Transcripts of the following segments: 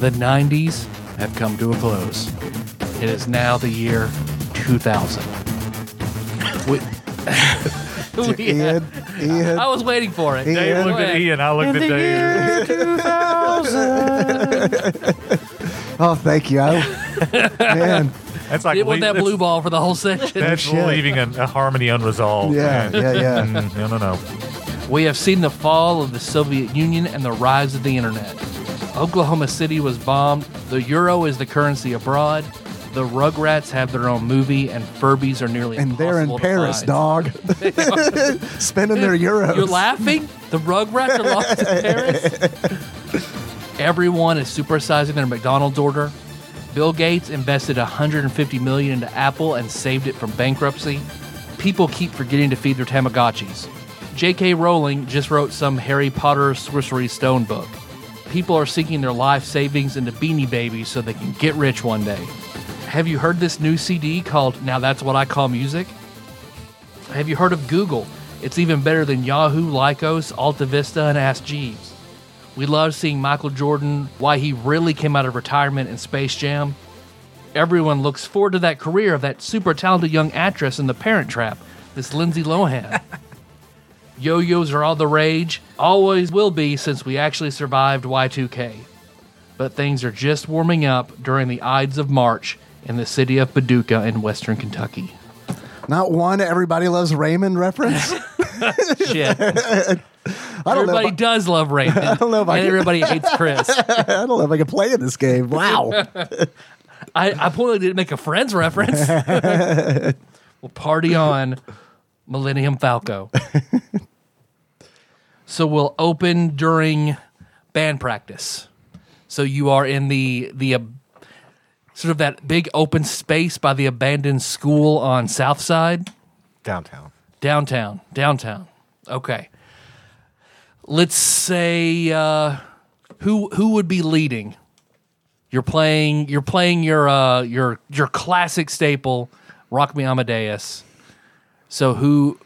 The 90s have come to a close. It is now the year 2000. We- We had- Ian, Ian, I was waiting for it. Ian. Dave looked at Ian. I looked at Dave. oh, thank you. I, man, That's like It was lea- that that's- blue ball for the whole session. That's shit. leaving a, a harmony unresolved. yeah, yeah, yeah. Mm, no, no, no. We have seen the fall of the Soviet Union and the rise of the internet. Oklahoma City was bombed. The euro is the currency abroad. The Rugrats have their own movie, and Furbies are nearly And they're in impossible to Paris, find. dog, spending their euros. You're laughing? The Rugrats are lost in Paris? Everyone is supersizing their McDonald's order. Bill Gates invested 150 million into Apple and saved it from bankruptcy. People keep forgetting to feed their Tamagotchis. J.K. Rowling just wrote some Harry Potter Sorcery Stone book. People are sinking their life savings into Beanie Babies so they can get rich one day. Have you heard this new CD called Now That's What I Call Music? Have you heard of Google? It's even better than Yahoo, Lycos, AltaVista, and Ask Jeeves. We love seeing Michael Jordan, why he really came out of retirement in Space Jam. Everyone looks forward to that career of that super talented young actress in The Parent Trap, this Lindsay Lohan. Yo yos are all the rage, always will be since we actually survived Y2K. But things are just warming up during the Ides of March in the city of Paducah in western Kentucky. Not one. Everybody loves Raymond reference. Shit. I don't know. everybody If I, does love Raymond. I don't know if I and can- everybody hates Chris. I don't know if I can play in this game. Wow. I, I poorly didn't make a Friends reference. well, party on, Millennium Falco. so we'll open during band practice. So you are in the the uh, sort of that big open space by the abandoned school on South Side. Downtown. Downtown. Downtown. Okay. Let's say uh, who who would be leading? You're playing you're playing your uh, your your classic staple, Rock Me Amadeus. So who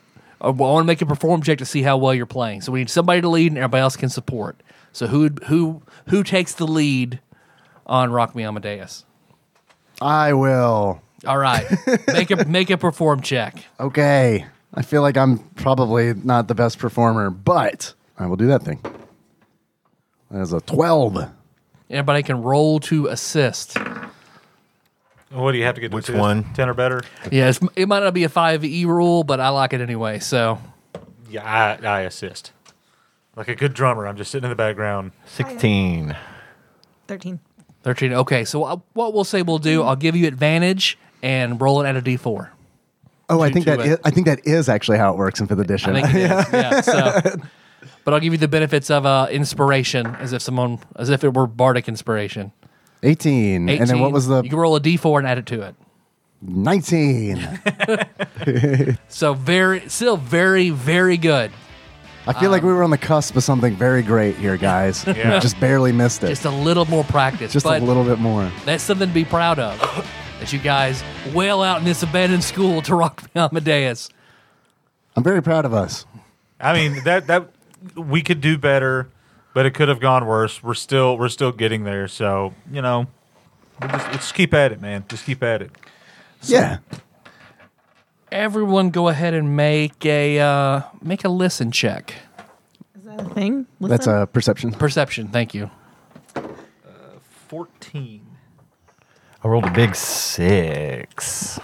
uh, well, I want to make a perform check to see how well you're playing. So we need somebody to lead and everybody else can support. So who who who takes the lead on Rock Me Amadeus? I will. All right. Make a make a perform check. Okay. I feel like I'm probably not the best performer, but I will do that thing. That is a twelve. Everybody can roll to assist. What do you have to get? to Which assist? one? Ten or better? Yeah, it's, it might not be a 5e rule, but I like it anyway. So Yeah, I, I assist. Like a good drummer, I'm just sitting in the background. 16. 13. 13. Okay, so I, what we'll say we'll do, I'll give you advantage and roll it at a d4. Oh, I Two- think two that way. is, I think that is actually how it works in fifth I edition. think it is. Yeah, so. But I'll give you the benefits of uh, inspiration as if someone, as if it were bardic inspiration. 18. 18, And then what was the You can roll a d4 and add it to it. 19? So very, still very, very good. I feel like we were on the cusp of something very great here, guys. Yeah. We just barely missed it. Just Just, a little more practice. but a little bit more. That's something to be proud of. That you guys wail out in this abandoned school to rock Amadeus. I'm very proud of us. I mean that that we could do better, but it could have gone worse. We're still we're still getting there. So you know, we just, just keep at it, man. Just keep at it. yeah. everyone go ahead and make a uh, make a listen check Is that a thing? That's a perception. perception thank you Fourteen. I rolled a big six.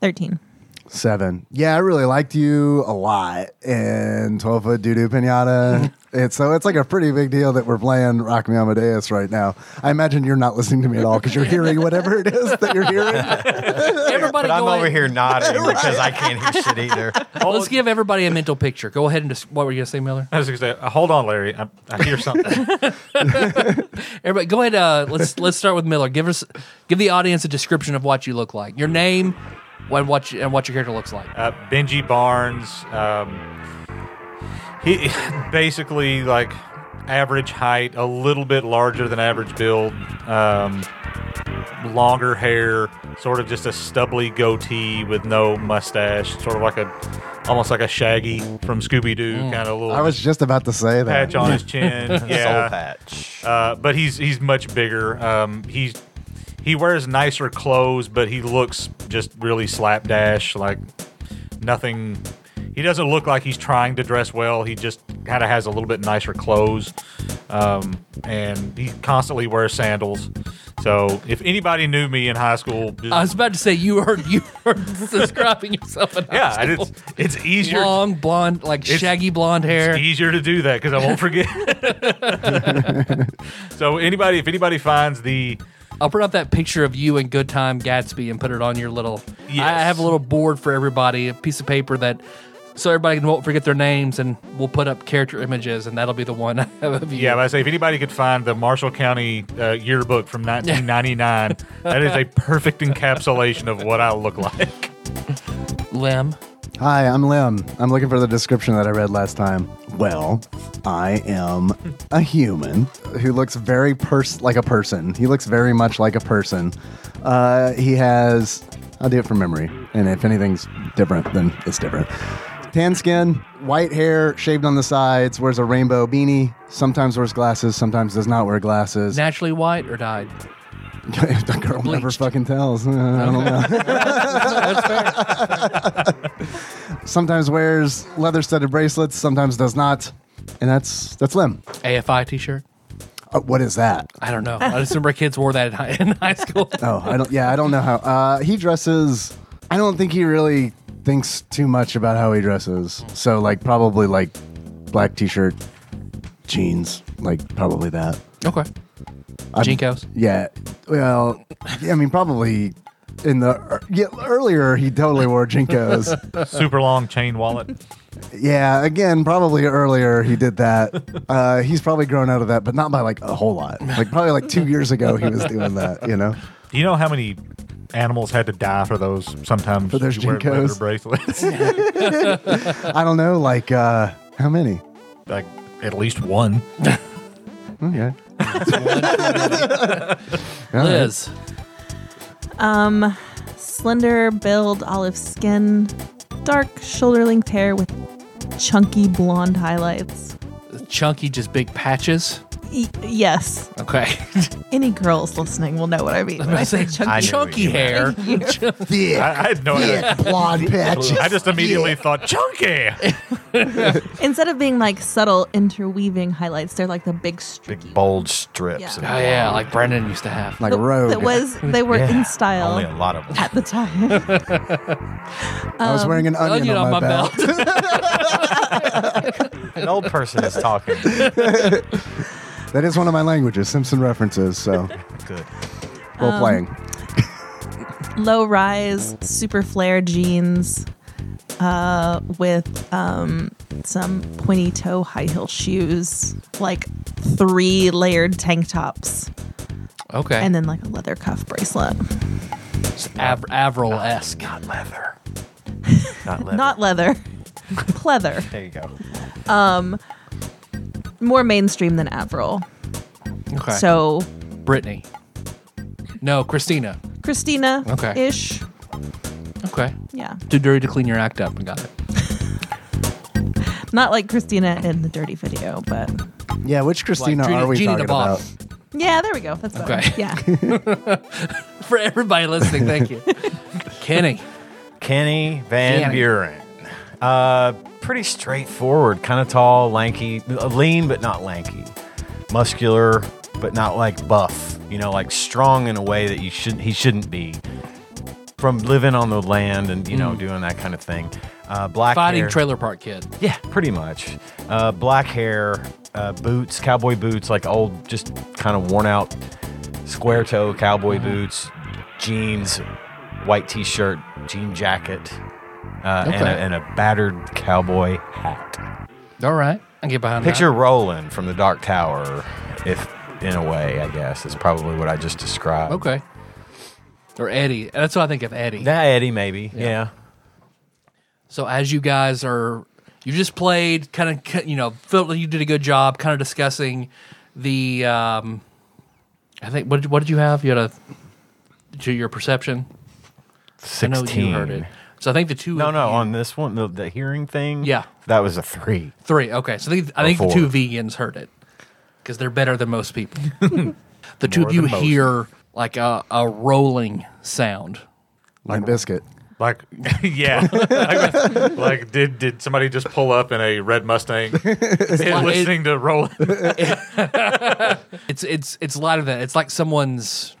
13. Seven. Yeah, I really liked you a lot in 12 Foot Doo Doo Pinata. it's, so it's like a pretty big deal that we're playing Rock Me Amadeus right now. I imagine you're not listening to me at all because you're hearing whatever it is that you're hearing. Everybody, But I'm go ahead- over here nodding because I can't hear shit either. Let's give everybody a mental picture. Go ahead and just, what were you going to say, Miller? I was gonna say, uh, hold on, Larry. I, I hear something. Everybody, go ahead. Uh, let's let's start with Miller. Give us, give the audience a description of what you look like. Your name, what what you, and what your character looks like. uh, Benji Barnes. Um, he basically like average height, a little bit larger than average build, um, longer hair, sort of just a stubbly goatee with no mustache, sort of like a almost like a Shaggy from Scooby Doo kind of little Mm. I was just about to say that. patch on his chin. Soul yeah, patch. uh, but he's he's much bigger. Um, he's he wears nicer clothes, but he looks just really slapdash. Like nothing. He doesn't look like he's trying to dress well. He just kind of has a little bit nicer clothes, um, and he constantly wears sandals. So if anybody knew me in high school, just- I was about to say you heard you were describing yourself. In high yeah, and school. it's it's easier. long blonde, like It's- shaggy blonde hair. It's easier to do that because I won't forget. so anybody, if anybody finds the I'll put up that picture of you in Good Time Gatsby and put it on your little. Yes. I have a little board for everybody, a piece of paper that, so everybody can won't forget their names, and we'll put up character images, and that'll be the one I have of you. Yeah, but I say if anybody could find the Marshall County uh, yearbook from 1999, that is a perfect encapsulation of what I look like. Lim. Hi, I'm Lim. I'm looking for the description that I read last time. Well, I am a human who looks very pers- like a person. He looks very much like a person. Uh, he has, I'll do it from memory. And if anything's different, then it's different. Tan skin, white hair, shaved on the sides, wears a rainbow beanie, sometimes wears glasses, sometimes does not wear glasses. Naturally white or dyed? the girl never Bleached. fucking tells. Uh, I don't know. sometimes wears leather studded bracelets, sometimes does not. And that's that's Lim. AFI T-shirt. Uh, what is that? I don't know. I just remember kids wore that in high, in high school. Oh, I don't. Yeah, I don't know how. Uh, he dresses. I don't think he really thinks too much about how he dresses. So like probably like black t-shirt, jeans, like probably that. Okay. I'm- Jinkos. Yeah. Well, yeah, I mean, probably in the er- yeah, earlier he totally wore jinkos. Super long chain wallet. yeah, again, probably earlier he did that. Uh, he's probably grown out of that, but not by like a whole lot. Like probably like two years ago he was doing that. You know. Do you know how many animals had to die for those sometimes For those you wear leather Jinkos? bracelets? I don't know. Like uh, how many? like at least one. Okay. Liz. Um, slender build, olive skin, dark shoulder length hair with chunky blonde highlights. Chunky, just big patches. E- yes, Okay. any girls listening will know what I mean. when I say chunky. I knew Chunky you meant. hair. Thick, I, I had no idea. thick blonde patches. I just immediately thought chunky. Instead of being like subtle interweaving highlights, they're like the big streaky. Big bold strips. Yeah. and Oh yeah, like Brendan used to have. like that- road. That was they were in Only a style lot of them. at the time. I was wearing an um, onion, Onion on my, belt. An old person is talking. that is one of my languages. Simpson references. So Good. role Um, playing. low rise, super flare jeans uh, with um, some pointy toe high heel shoes, like three layered tank tops, okay. and then like a leather cuff bracelet. Av- Avril esque. Not leather. Not leather. Not leather, pleather. Um, There you go. More mainstream than Avril. Okay. So Brittany. No, Christina. Christina ish. Okay. Yeah. Too dirty to clean your act up. I got it. Not like Christina in the dirty video, but Yeah, which Christina Genie- are we Genie talking DeBoff. about? yeah, there we go. That's better. Okay. Yeah. For everybody listening, thank you. Kenny. Kenny Van Kenny. Buren. Uh, pretty straightforward, kind of tall, lanky, Uh, lean but not lanky, muscular but not like buff. You know, like strong in a way that you shouldn't. He shouldn't be. from living on the land and you know doing that kind of thing. Uh, black Mm. Fighting hair. trailer park kid. Yeah, pretty much. Uh, black hair, uh, boots, cowboy boots, like old, just kind of worn out, square toe cowboy Mm-hmm. boots, jeans, white t shirt, jean jacket, uh, and, a, Okay. and a battered cowboy hat. All right. I can get behind that. Picture Roland from the Dark Tower, if in a way, I guess, is probably what I just described. Okay. Or Eddie. That's what I think of Eddie. That Eddie, maybe. Yeah. So as you guys are, you just played, kind of, you know, felt like you did a good job, kind of discussing the. Um, I think what did, what did you have? You had a to your perception. 16. I know you heard it. So I think the two. No, of no, you- on this one, the, the hearing thing. Yeah. That was a three. three. Okay, so they, I Or think the four. two vegans heard it because they're better than most people. the two More of you than most. hear like a, a rolling sound. Limp biscuit. Like, yeah. like, like, did did somebody just pull up in a red Mustang and listening to Roland? It's it's it's lighter than it's like someone's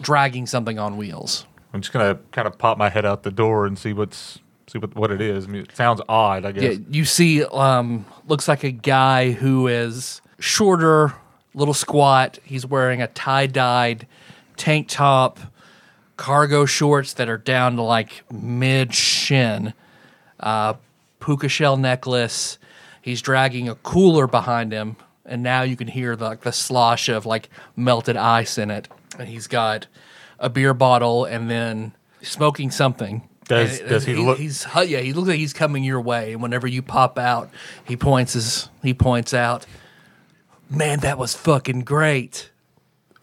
dragging something on wheels. I'm just gonna kind of pop my head out the door and see what's see what, what it is. I mean, it sounds odd, I guess. Yeah, you see, um, looks like a guy who is shorter, little squat. He's wearing a tie dyed tank top, cargo shorts that are down to like mid shin, uh, puka shell necklace. He's dragging a cooler behind him, and now you can hear the, the slosh of like melted ice in it. And he's got a beer bottle and then smoking something. Does- And- does he look- He's hu- yeah. He looks like he's coming your way, and whenever you pop out, he points his, he points out, "Man, that was fucking great."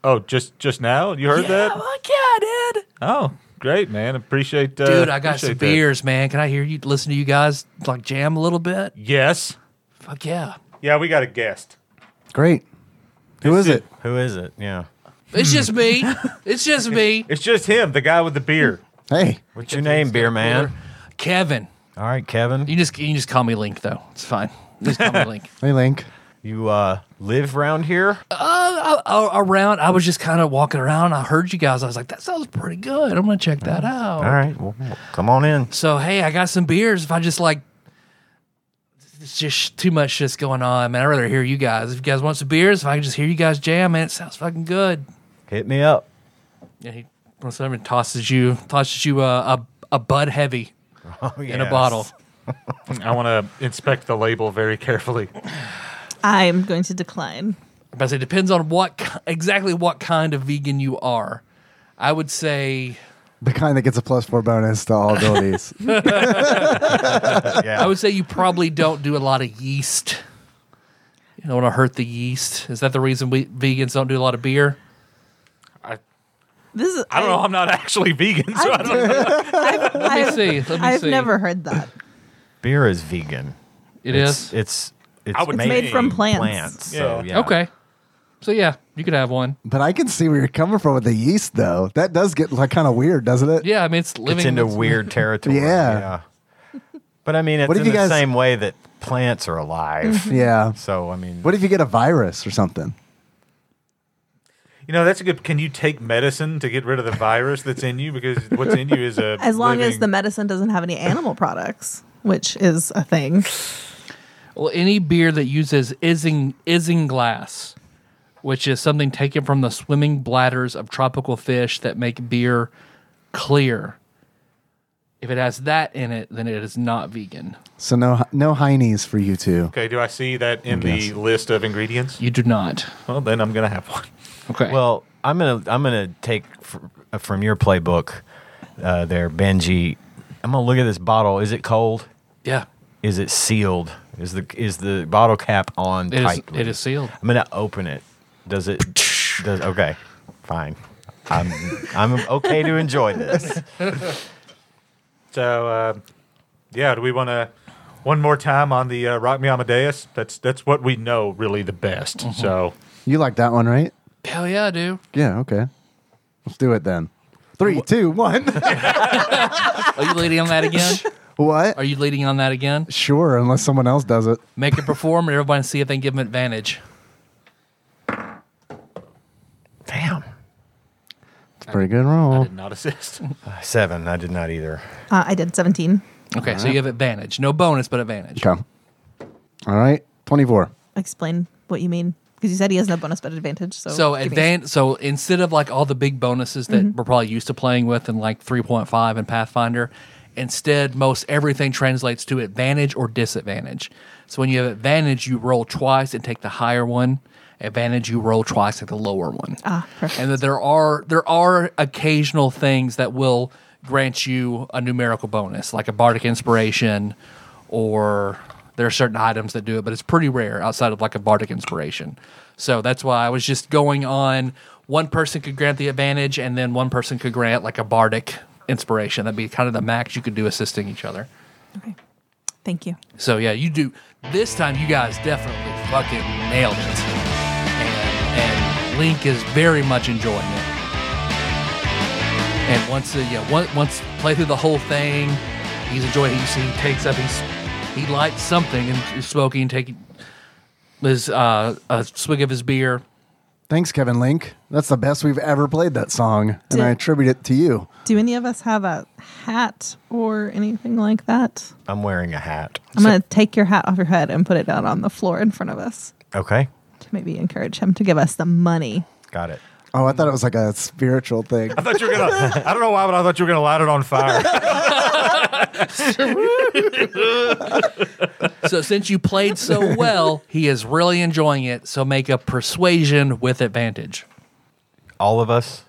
Oh, just just now you heard Yeah, that? fuck yeah, dude. Oh, great, man. Appreciate, uh, Dude, I got some appreciate that. beers, man. Can I hear you listen to you guys like jam a little bit? Yes. Fuck yeah. Yeah, we got a guest. Great. Who is it? Who is it? Yeah. It's just me. It's just me. It's just him, the guy with the beer. Hey, What's your name, beer man? Kevin. All right, Kevin. You just you can just call me Link though. It's fine. Just call me Link. hey, Link. You uh, live round here? A- Uh, around I was just kind of walking around. I heard you guys. I was like, that sounds pretty good. I'm gonna check that out. Mm. All right, well, come on in. So hey, I got some beers. If I just like, it's just too much shit's going on, man. I'd rather hear you guys. If you guys want some beers, if I can just hear you guys jam, man, it sounds fucking good. Hit me up. Yeah, he runs over and tosses you tosses you a a, a bud heavy Oh, yes. in a bottle. I want to inspect the label very carefully. I'm going to decline. But it depends on what ki- exactly what kind of vegan you are. I would say The kind that gets a plus four bonus to all abilities. Yeah. I would say you probably don't do a lot of yeast. You don't want to hurt the yeast. Is that the reason we vegans don't do a lot of beer? I, This is I don't know. I'm not actually vegan, so I, don't Let me see. Let me I've see. never heard that. Beer is vegan. It it's, is? It's it's, I would It's made Maybe from plants. plants. So, Yeah. yeah. Okay. So yeah, you could have one. but I can see where you're coming from with the yeast, though. That does get like kind of weird, doesn't it? Yeah, I mean it's living. It's into it's- weird territory. Yeah. yeah. But I mean, it's What if in you the guys- same way that plants are alive. Yeah. so I mean, What if you get a virus or something? You know, that's a good. Can you take medicine to get rid of the virus that's in you? Because what's in you is a. As long as living- the medicine doesn't have any animal products, which is a thing. Well, any beer that uses ising isinglass, which is something taken from the swimming bladders of tropical fish that make beer clear. If it has that in it, then it is not vegan. So no, no heinies for you two. Okay, do I see that in the list of ingredients? You do not. Well, then I'm gonna have one. Okay. Well, I'm gonna I'm gonna take fr- uh, from your playbook, uh, there, Benji. I'm gonna look at this bottle. Is it cold? yeah, Is it sealed? Is the is the bottle cap on it is. tightly? It is sealed. I'm gonna open it. Does it? Does okay? Fine. I'm I'm okay to enjoy this. So, uh, yeah, do we want to one more time on the uh, Rock Me Amadeus? That's that's what we know really the best. Mm-hmm. So, You like that one, right? Hell yeah, I do. Yeah. Okay. Let's do it then. Three, two, one. Are you leading on that again? what? Are you leading on that again? Sure, unless someone else does it. Make it perform, and everybody see if they can give him advantage. Damn. Pretty good I roll. did not assist. Seven. I did not either. Uh, I did 17. Okay, so you have advantage. No bonus, but advantage. Okay. All right. 24. Explain what you mean. Because you said he has no bonus but advantage. So, So give me- Mm-hmm. advan- so instead of like all the big bonuses that we're probably used to playing with in like 3.5 and Pathfinder, instead most everything translates to advantage or disadvantage. So when you have advantage, you roll twice and take the higher one. Advantage, you roll twice, take the lower one. Ah, perfect. and that there are there are occasional things that will grant you a numerical bonus, like a bardic inspiration, or there are certain items that do it, but it's pretty rare outside of like a bardic inspiration. So that's why I was just going on. One person could grant the advantage, and then one person could grant like a bardic inspiration. That'd be kind of the max you could do assisting each other. Okay. Thank you. So yeah, you do. This time, you guys definitely fucking nailed it, and, and Link is very much enjoying it. And once uh, yeah, once, once play through the whole thing, he's enjoying. He, he takes up, he's he lights something and is smoking, taking his uh, a swig of his beer. Thanks, Kevin Link. That's the best we've ever played that song, and Did- I attribute it to you. Do any of us have a hat or anything like that? I'm wearing a hat. I'm going to take your hat off your head and put it down on the floor in front of us Okay. to maybe encourage him to give us the money. Got it. Oh, I thought it was like a spiritual thing. I thought you were gonna. I don't know why, but I thought you were gonna light it on fire. So since you played so well, he is really enjoying it. So make a persuasion with advantage. All of us.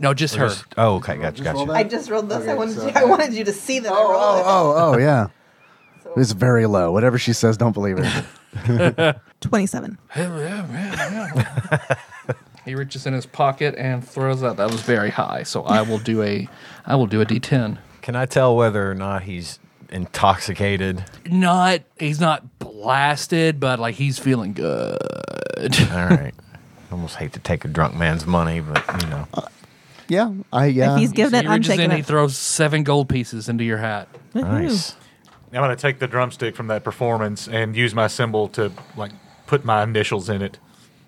No, just her. Just- oh, okay. Gotcha. Gotcha. just rolled this. Okay, wanted so- you- I wanted you to see that I rolled Oh, oh, oh, yeah. It's very low. Whatever she says, don't believe her. 27. He reaches in his pocket and throws out. That was very high, so I will do a, I will do a D10. Can I tell whether or not he's intoxicated? Not, he's not blasted, but like he's feeling good. All right. Almost hate to take a drunk man's money, but you know. Uh, Yeah, I yeah. If he's giving So it, he I'm reaches taking in, he it. throws seven gold pieces into your hat. Woohoo. Nice. I'm gonna take the drumstick from that performance and use my symbol to like put my initials in it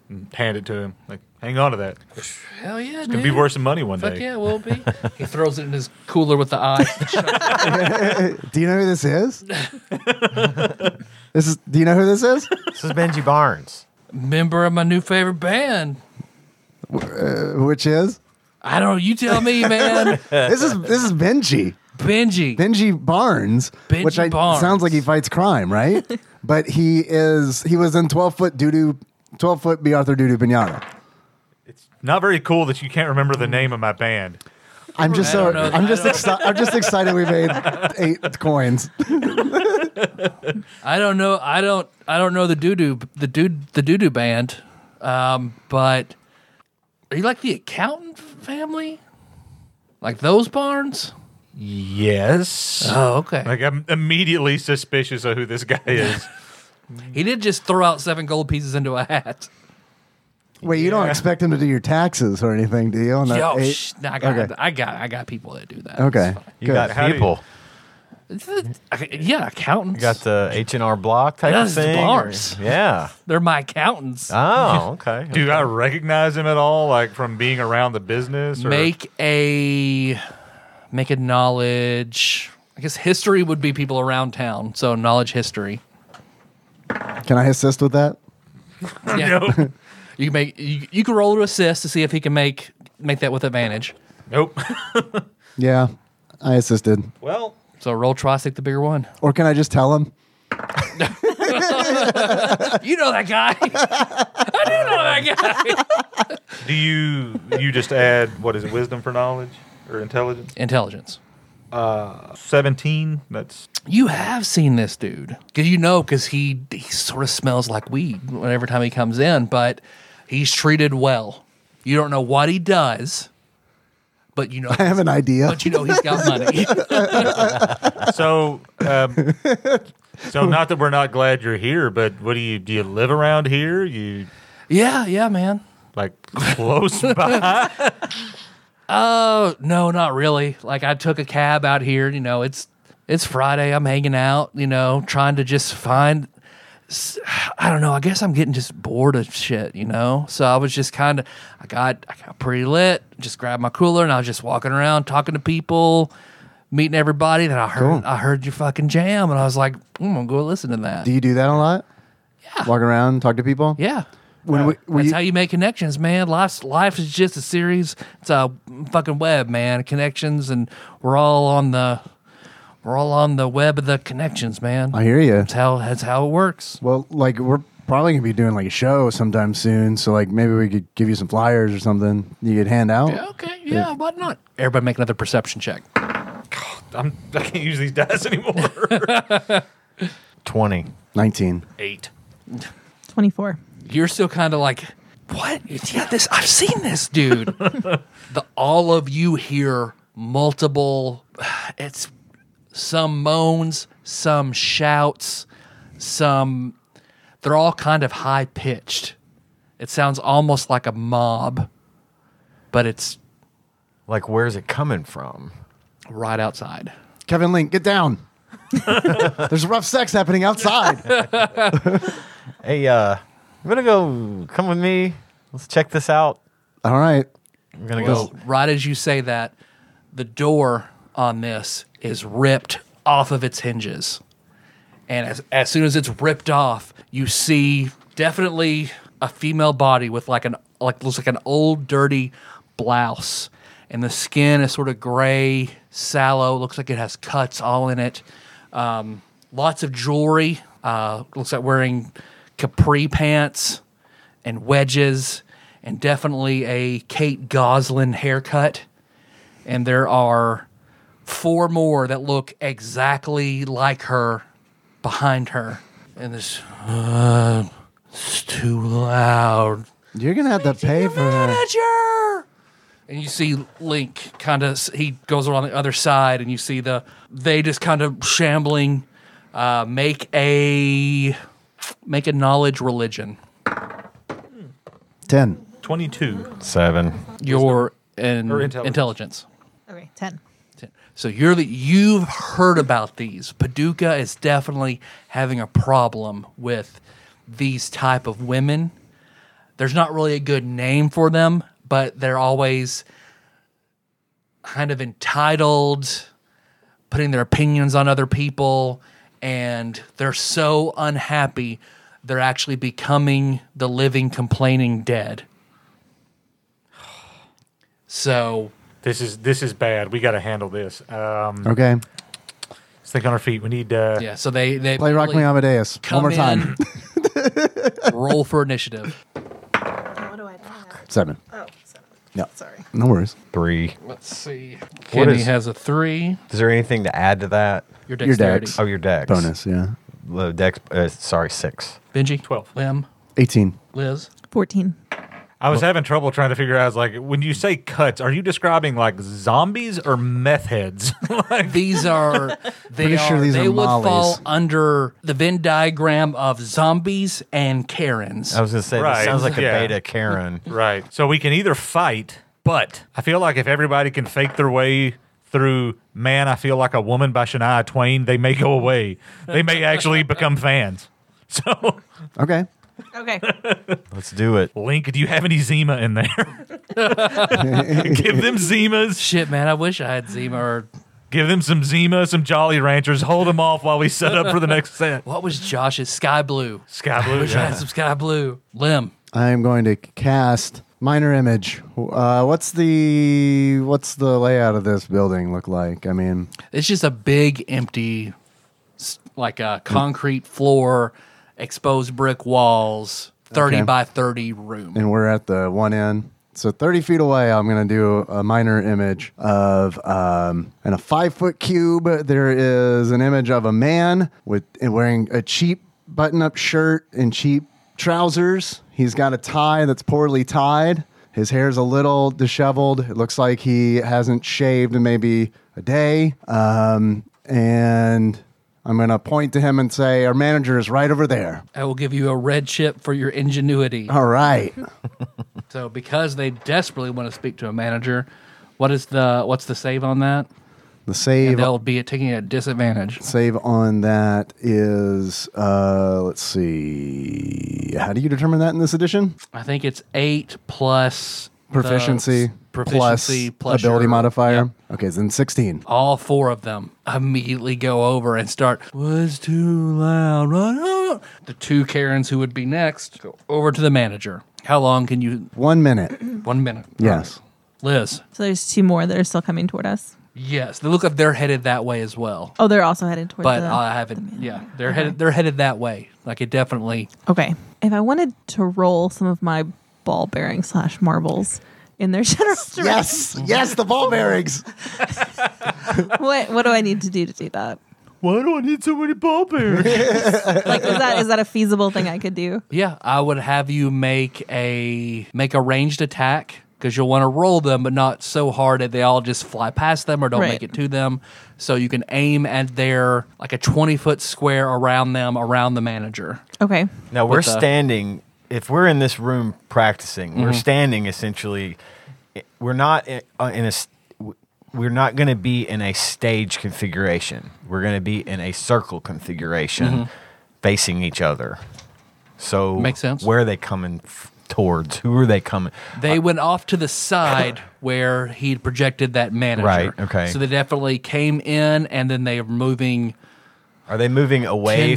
and hand it to him. Like, hang on to that. It's Hell yeah, it's gonna be worth some money one Fuck day. yeah, it will be. he throws it in his cooler with the eye. do you know who this is? this is. Do you know who this is? This is Benji Barnes. Member of my new favorite band. Which is I don't know. You tell me, man. this is this is Benji Benji. Benji Barnes, Benji which I, Barnes. sounds like he fights crime, right? but he is he was in twelve foot doo doo, twelve foot B Arthur doo doo pinata. It's not very cool that you can't remember the name of my band. I'm just I so don't know. I'm I just don't- exci- I'm just excited we made eight coins. I don't know. I don't. I don't know the doo doo. The dude. The doo doo band. Um, but are you like the accountant family? Like those Barnes? Yes. Oh, okay. Like I'm immediately suspicious of who this guy is. He did just throw out seven gold pieces into a hat. Wait, you don't expect him to do your taxes or anything, do you? On that Yo, eight? sh- nah, I got. Okay. I got. I got people that do that. okay, You good. got How do you- people. It's fine. Okay, Yeah, accountants. You got the H and R Block type That's of the thing. or- Barnes. Yeah. They're my accountants. Oh, okay. Do I recognize him at all? Like from being around the business? Or make a make a knowledge. I guess history would be people around town. So knowledge history. Can I assist with that? Yeah. no, You can make you, you can roll to assist to see if he can make make that with advantage. nope. Yeah, I assisted. well, So roll twice, take the bigger one. Or can I just tell him? You know that guy. I do know that guy. do you you just add what is it? Wisdom for knowledge or intelligence? Intelligence. Seventeen. That's You have seen this dude because you know because he he sort of smells like weed every time he comes in, but he's treated well. You don't know what he does, but you know I have an idea. but you know he's got money. So, um, so not that we're not glad you're here, but what do you do? You live around here? You yeah, yeah, man. like close by? Oh no, not really. Like I took a cab out here. You know, it's it's Friday. I'm hanging out. You know, trying to just find. s- I don't know. I guess I'm getting just bored of shit, you know. So I was just kind of, I got, I got pretty lit. Just grabbed my cooler and I was just walking around, talking to people, meeting everybody. Then I heard, I heard your fucking jam, and I was like, "Mm, I'm gonna go listen to that. Do you do that a lot? Yeah. Walk around, talk to people. yeah, When we, were that's you- how you make connections, man. Life's life is just a series. It's a fucking web, man. Connections, and we're all on the, we're all on the web of the connections, man. I hear you. That's how that's how it works. Well, like we're probably gonna be doing like a show sometime soon, so like maybe we could give you some flyers or something you could hand out. Yeah, okay. Yeah, why not? Everybody make another perception check. I'm, I can't use these dice anymore. 20. Nineteen. Eight. 24. You're still kind of like, what? Yeah, this I've seen this dude. the all of you hear multiple. It's some moans, some shouts, some. They're all kind of high pitched. It sounds almost like a mob, but it's Like, where's it coming from? right outside. Kevin Link, get down. There's rough sex happening outside. Hey, uh, I'm gonna go. Come with me. Let's check this out. All right. I'm gonna Well, go. right as you say that, the door on this is ripped off of its hinges. And as, as soon as it's ripped off, you see definitely a female body with like an like looks like an old dirty blouse. And the skin is sort of gray, sallow, looks like it has cuts all in it. Um, lots of jewelry. Uh, looks like wearing capri pants and wedges and definitely a Kate Goslin haircut. And there are four more that look exactly like her behind her. And this, uh, it's too loud. You're gonna have to pay for that. Manager! And you see Link kind of, he goes around the other side and you see the, they just kind of shambling, uh, make a, make a knowledge religion. Ten. 22. Seven. your in, Or intelligence. intelligence. Okay, 10. So you're the, you've heard about these. Paducah is definitely having a problem with these type of women. There's not really a good name for them, but they're always kind of entitled, putting their opinions on other people, and they're so unhappy they're actually becoming the living complaining dead. So This is this is bad. We got to handle this. Um, Okay. let's think on our feet. We need. Uh, yeah, so they they Play Rock really Me Amadeus come one more time. in, roll for initiative. What do I Seven. Oh, Yeah. Sorry. No worries. Three. Let's see. Kenny is- has a three. Is there anything to add to that? Your Your dexterity. dex. Oh, your dex. Bonus. Yeah. Low dex. Uh, sorry, six. Benji. 12. Lim. Eighteen. Liz. 14. I was having trouble trying to figure out. I was like, when you say cuts, are you describing like zombies or meth heads? like, These are they Pretty sure are- these they are would fall mollies. under the Venn diagram of zombies and Karens. I was gonna say Right, this sounds like a yeah. beta Karen. right. So we can either fight, but I feel like if everybody can fake their way through "Man, I Feel Like a Woman" by Shania Twain, they may go away. They may actually become fans. So, Okay. Okay. Let's do it. Link, do you have any Zima in there? Give them Zimas. Shit, man! I wish I had Zima. Or Give them some Zima, some Jolly Ranchers. Hold them off while we set up for the next set. what was Josh's sky blue? Sky Blue. Wish I had some sky blue. Lim. I'm going to cast minor image. Uh, what's the what's the layout of this building look like? I mean, It's just a big empty, s- like a concrete floor, exposed brick walls, thirty Okay. by thirty room. and we're at the one end. So 30 feet away, I'm going to do a minor image of, um, in a five foot cube, there is an image of a man with and wearing a cheap button up shirt and cheap trousers. He's got a tie that's poorly tied. His hair's a little disheveled. It looks like he hasn't shaved in maybe a day. Um, and I'm going to point to him and say, Our manager is right over there. I will give you a red chip for your ingenuity. All right. So because they desperately want to speak to a manager, what is the what's the save on that? The save And they'll be at taking a disadvantage. save on that is uh, let's see. How do you determine that in this edition? I think it's eight plus the Proficiency, s- Uh, proficiency plus, ability your- modifier. Yep. Okay, then sixteen. All four of them immediately go over and start. Was too loud. Run out." The two Karens who would be next go over to the manager. How long can you? One minute. One minute. Yes. Liz. So there's two more that are still coming toward us. Yes, they look like they're headed that way as well. Oh, they're also headed toward But uh, the. I haven't. Yeah, they're headed. They're headed that way. Like it definitely. okay. If I wanted to roll some of my ball bearing slash marbles in their general direction, Yes. Yes. The ball bearings. what what do I need to do to do that? Why do I need so many ball bearings? Like, is that is that a feasible thing I could do? yeah, I would have you make a make a ranged attack because you'll want to roll them, but not so hard that they all just fly past them or don't Right. make it to them. So you can aim at their like a twenty foot square around them, around the manager. Okay. Now we're with uh, the- standing. If we're in this room practicing, we're Mm-hmm. standing essentially. We're not in, uh, in a. s- w- We're not going to be in a stage configuration. We're going to be in a circle configuration, facing each other. So Mm-hmm. Makes sense. Where are they coming f- towards? Who are they coming? They went off to the side where he'd projected that manager. Right, okay. So they definitely came in, and then they are moving. Are they moving away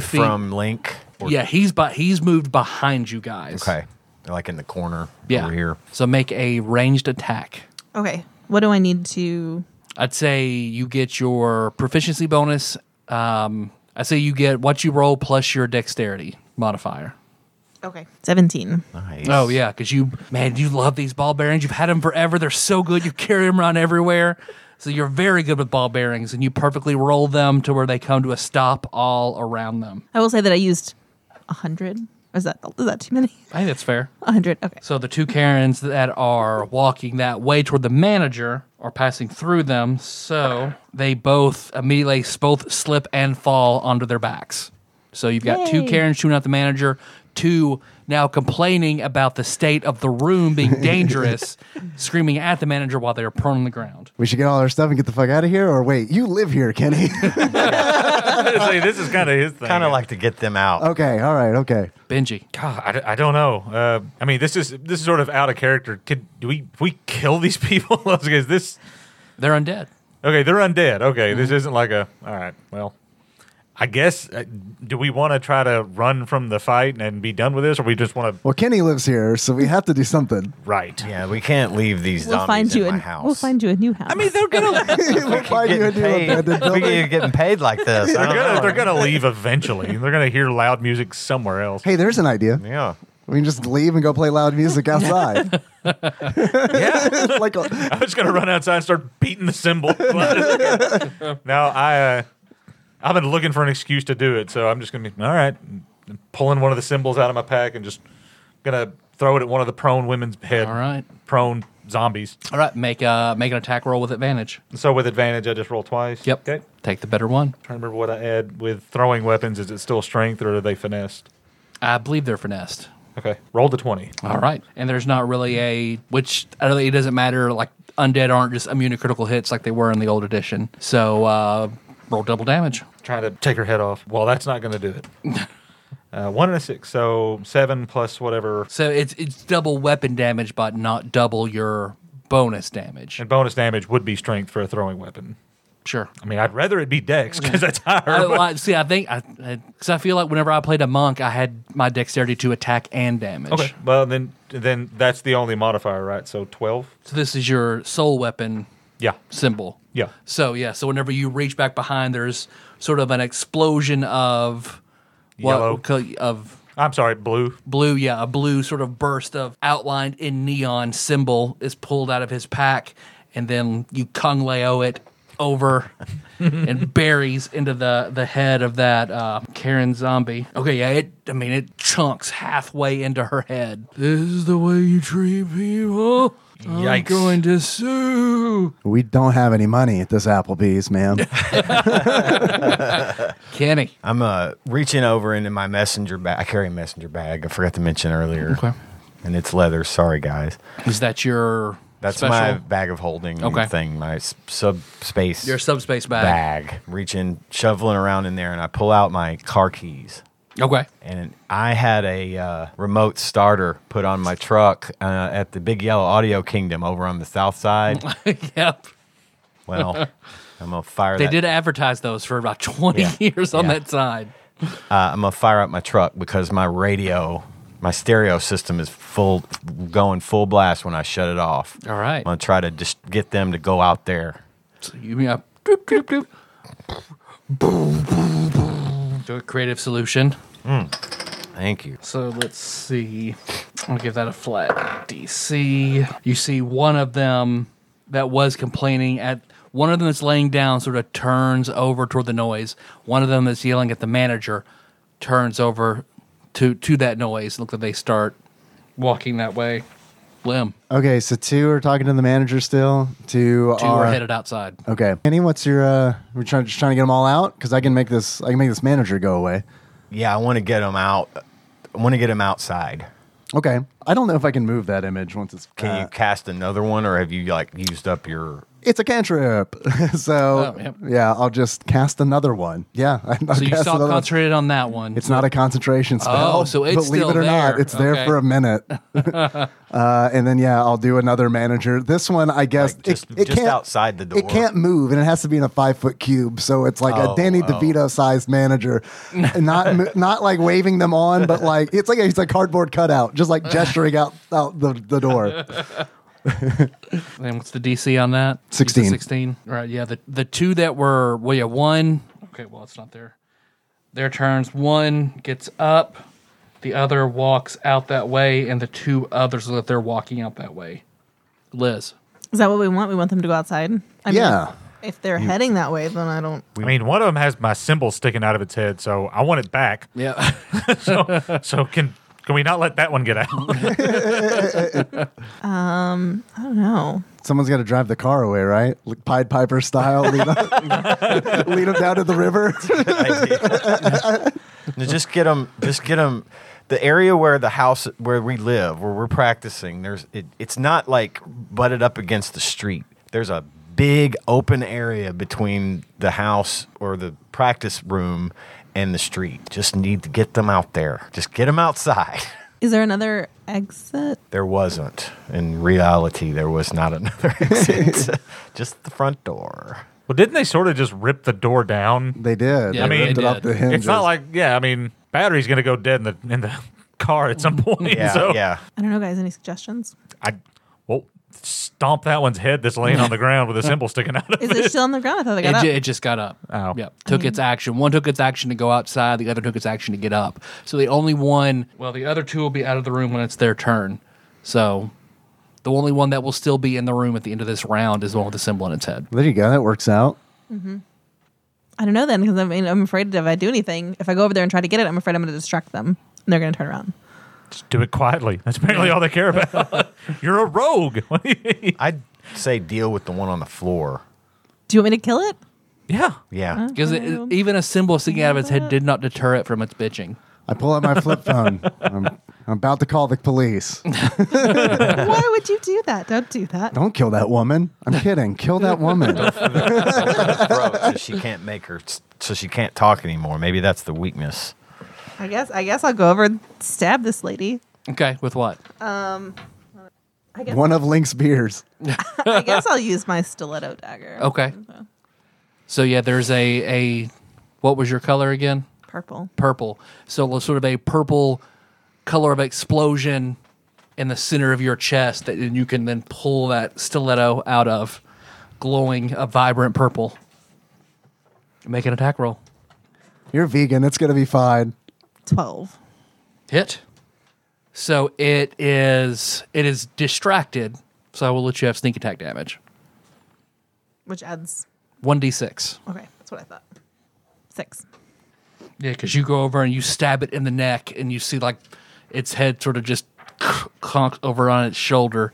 10 feet. from Link? Or, Yeah, he's by, he's moved behind you guys. Okay. They're like in the corner Yeah. over here. So make a ranged attack. Okay. What do I need to? I'd say you get your proficiency bonus. Um, I say you get what you roll plus your dexterity modifier. Okay. Seventeen. Nice. Oh yeah, because you man, you love these ball bearings. You've had them forever. They're so good. You carry them around everywhere. So you're very good with ball bearings, and you perfectly roll them to where they come to a stop all around them. I will say that I used a hundred. Is that is that too many? I think that's fair. A hundred. Okay. So the two Karens that are walking that way toward the manager are passing through them, so they both immediately s- both slip and fall onto their backs. So you've got two Yay. Karens shooting at the manager, two now complaining about the state of the room being dangerous, screaming at the manager while they are prone on the ground. We should get all our stuff and get the fuck out of here. Or wait, you live here, Kenny. See, this is kind of his thing. Kind of like to get them out. Oh. okay. All right. Okay. Benji, God, I, d- I don't know. Uh, I mean, this is this is sort of out of character. Could do we we kill these people? Because this they're undead. okay, they're undead. Okay, this isn't like a all right. Well, I guess uh, do we want to try to run from the fight and be done with this, or we just want to Well, Kenny lives here, so we have to do something. right? Yeah, we can't leave these We'll zombies find in you my a house. we'll find you a new house. I mean, They're gonna. we'll find you a new abandoned We building. are getting paid like this. They're I don't gonna, know. they're gonna leave eventually. They're gonna hear loud music somewhere else. Hey, there's an idea. Yeah. We can just leave and go play loud music outside. Yeah. like, a- I'm just gonna run outside and start beating the cymbal. no, I uh, I've been looking for an excuse to do it, so I'm just gonna be all right. I'm pulling one of the cymbals out of my pack and just gonna throw it at one of the prone women's head. All right, prone zombies. all right. Make uh make an attack roll with advantage. So with advantage, I just roll twice. Yep. Okay. Take the better one. Trying to remember what I add with throwing weapons. Is it still strength or are they finessed? I believe they're finessed. Okay. Roll the twenty. All right. And there's not really a which I don't think it doesn't matter like undead aren't just immune to critical hits like they were in the old edition. So uh roll double damage. Trying to take her head off. Well, that's not gonna do it. Uh, one and a six, so seven plus whatever So it's it's double weapon damage but not double your bonus damage. And bonus damage would be strength for a throwing weapon. Sure. I mean, I'd rather it be dex because that's higher. I, but- I- see, I think I because I, feel like whenever I played a monk, I had my dexterity to attack and damage. okay. Well, then then that's the only modifier, right? So 12? So this is your soul weapon Yeah. symbol. Yeah. So yeah, so whenever you reach back behind, there's sort of an explosion of Yellow. of I'm sorry, blue. blue, yeah, a blue sort of burst of outlined in neon symbol is pulled out of his pack, and then you kung leo it over and buries into the the head of that uh, Karen zombie. Okay, yeah, it. I mean, it chunks halfway into her head. This is the way you treat people. I'm Yikes. going to sue. we don't have any money at this Applebee's, ma'am. Kenny. I'm uh, reaching over into my messenger bag. I carry a messenger bag. I forgot to mention earlier. Okay. And it's leather. Sorry, guys. Is that your That's Special? my bag of holding Okay. thing, my s- subspace Your subspace bag. bag. Reaching, shoveling around in there, and I pull out my car keys. Okay. And I had a uh, remote starter put on my truck uh, at the Big Yellow Audio Kingdom over on the south side. yep. well, I'm gonna fire. They that, did advertise those for about 20 Yeah. years on Yeah. that side. Uh, I'm gonna fire up my truck because my radio, my stereo system is full, going full blast when I shut it off. All right. I'm gonna try to just get them to go out there. So you mean I- doop, doop, doop. Do a creative solution. Thank you. So let's see. I'll give that a flat DC. You see one of them that was complaining at one of them that's laying down sort of turns over toward the noise. One of them that's yelling at the manager turns over to to that noise. Look like they start walking that way. Lim, Okay, so two are talking to the manager still. Two, two are headed outside. Okay, Kenny, what's your? uh We're trying just trying to get them all out because I can make this. I can make this manager go away. Yeah, I want to get them out. I want to get them outside. Okay, I don't know if I can move that image once it's. Can you uh, cast another one, or have you like used up your? It's a cantrip, so Oh, yep. yeah, I'll just cast another one. Yeah, I, I'll So you cast saw another one. concentrated on that one. It's not a concentration spell. Oh, so it's believe still it or not, there. it's Okay. there for a minute. uh, and then yeah, I'll do another manager. This one, I guess, Like, just- it, it just can't, outside the door. It can't move, and it has to be in a five foot cube. So it's like Oh, a Danny oh. DeVito sized manager, And not mo- not like waving them on, but like it's like it's a cardboard cutout, just like gesturing out out the, the door. And what's the DC on that? 16. You said 16. All right. Yeah. The, the two that were, well, yeah, one. Okay. Well, it's not there. Their turns. One gets up, the other walks out that way, and the two others that they're walking out that way. Liz. Is that what we want? We want them to go outside? I Yeah. Mean, if they're heading that way, then I don't. I mean, one of them has my symbol sticking out of its head, so I want it back. Yeah. So can can we not let that one get out? I don't know. Someone's got to drive the car away, right? Like Pied Piper style, lead them, lead 'em down to the river. No, just get them. Just get them. The area where the house where we live, where we're practicing, there's it, it's not like butted up against the street. There's a big open area between the house or the practice room and the street. Just need to get them out there. Just get them outside. Is there another exit? There wasn't. In reality, there was not another exit. just the front door. well, didn't they sort of just rip the door down? They did. Yeah, they I mean, ripped it they off did. the It's hinges. It's not like yeah. I mean, battery's gonna go dead in the in the car at some point. Yeah, so yeah. I don't know, guys. Any suggestions? I well stomp that one's head that's laying on the ground with a symbol sticking out of Is it. it still on the ground? I thought they It, got ju- up. it just got up. Mm-hmm. Oh. Yep. Took its action. One took its action to go outside. The other took its action to get up. So the only one, well, the other two will be out of the room when it's their turn. So the only one that will still be in the room at the end of this round is the one with the symbol in its head. There you go. That works out. I don't know then because I mean I'm afraid if I do anything, if I go over there and try to get it, I'm afraid I'm going to distract them and they're going to turn around. Just do it quietly. That's apparently all they care about. You're a rogue. What do you mean? I'd say deal with the one on the floor. Do you want me to kill it? yeah. Yeah. Because Um, even a symbol sticking out of its head did not deter it from its bitching. I pull out my flip phone. I'm, I'm about to call the police. Why would you do that? Don't do that. Don't kill that woman. I'm kidding. Kill that woman. throat, so she can't make her so she can't talk anymore. Maybe that's the weakness. I guess I guess I'll go over and stab this lady. Okay, with what? I guess One of Link's beers. I guess I'll use my stiletto dagger. Okay. So yeah, there's a a what was your color again? Purple. Purple. So sort of a purple color of explosion in the center of your chest that you can then pull that stiletto out of, glowing a vibrant purple. Make an attack roll. You're vegan. It's gonna be fine. 12. Hit. So it is it is distracted. So I will let you have sneak attack damage. Which adds. One d six. Okay, that's what I thought. Six. Yeah, because you go over and you stab it in the neck, and you see like its head sort of just conked over on its shoulder,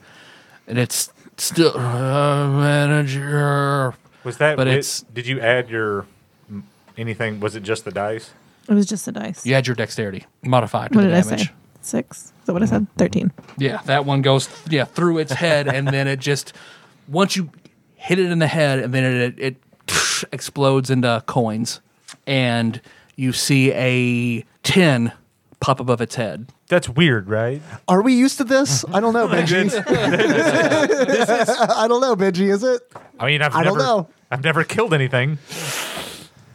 and it's still uh, manager. Was that? But it- it's- did you add your m- anything? Was it just the dice? It was just a dice. You add your dexterity modifier to What the did I damage. say? six. Is that what I said? Thirteen. Yeah, that one goes yeah through its head, and then it just once you hit it in the head, and then it it, explodes into coins, and you see a ten pop above its head. That's weird, right? Are we used to this? I don't know, Benji. I don't know, Benji. Is it I mean, I've I don't never, know. I've never killed anything.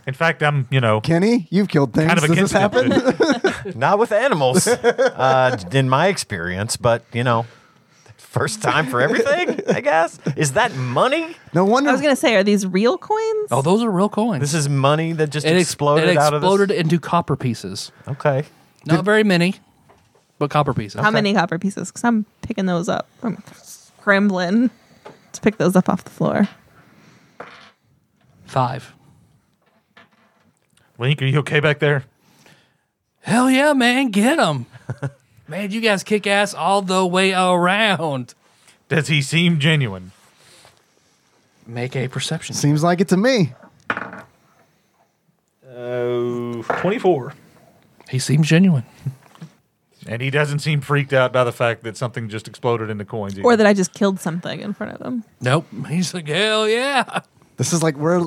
In fact, I'm, you know, Kenny? You've killed things. kind of Does this against it. happen? Not with animals, uh, in my experience, but you know, first time for everything, I guess. Is that money? No wonder. I was gonna say, are these real coins? Oh, those are real coins. This is money that just it ex- exploded, It out of exploded this. into copper pieces. Okay. Not very many, but copper pieces. How many copper pieces? Because I'm picking those up. I'm scrambling to pick those up off the floor. Five. Link, are you okay back there? Hell yeah, man, get them. man, you guys kick ass all the way around. Does he seem genuine? Make a perception. Seems like it to me. Oh, 24. He seems genuine. And he doesn't seem freaked out by the fact that something just exploded into coins. either. Or that I just killed something in front of them. Nope. He's like, hell yeah. This is like we're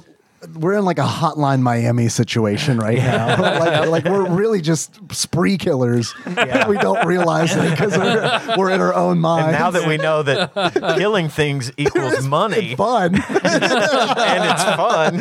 we're in like a hotline Miami situation right now. like, like we're really just spree killers. We don't realize it because we're, we're in our own minds. And now that we know that killing things equals money fun. and it's fun,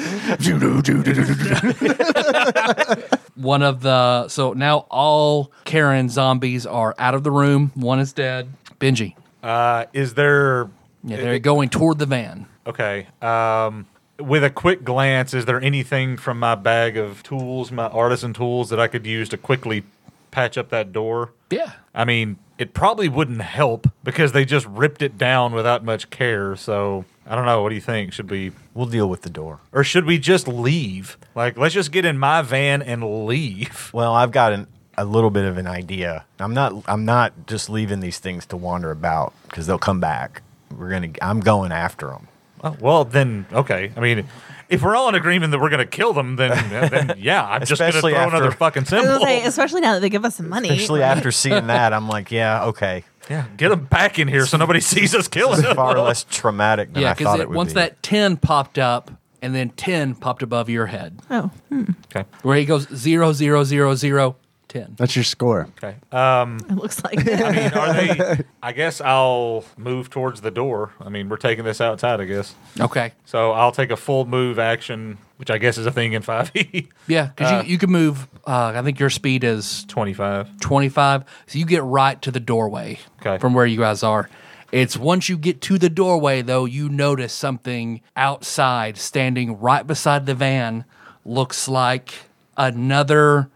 One of the, so now all Karen zombies are out of the room. One is dead. Benji. uh, is there Yeah, they're going toward the van. Okay. Um, with a quick glance, is there anything from my bag of tools, my artisan tools, that I could use to quickly patch up that door? Yeah. I mean, it probably wouldn't help because they just ripped it down without much care. So I don't know. What do you think? Should we, we'll deal with the door. or should we just leave? Like, let's just get in my van and leave. Well, I've got an, a little bit of an idea. I'm not. I'm not just leaving these things to wander about because they'll come back. We're gonna. I'm going after them. Oh, well, then, okay. I mean, if we're all in agreement that we're going to kill them, then, then yeah, I'm just going to throw Especially after- another fucking I was gonna symbol. Oh. say, especially now that they give us some money. Especially after seeing that, I'm like, yeah, okay. yeah, get them back in here so nobody sees us killing them. Far less traumatic than yeah, I thought because it would once be. that 10 popped up, and then 10 popped above your head, oh, Okay. where he goes zero, zero, zero, zero, 10. That's your score. Okay. Um, it looks like it. I mean, are they? I guess I'll move towards the door. I mean, we're taking this outside, I guess. Okay. So I'll take a full move action, which I guess is a thing in E. 5e. Yeah, because you, you can move. Uh, I think your speed is 25. 25. So you get right to the doorway Okay. from where you guys are. It's once you get to the doorway, though, you notice something outside standing right beside the van looks like another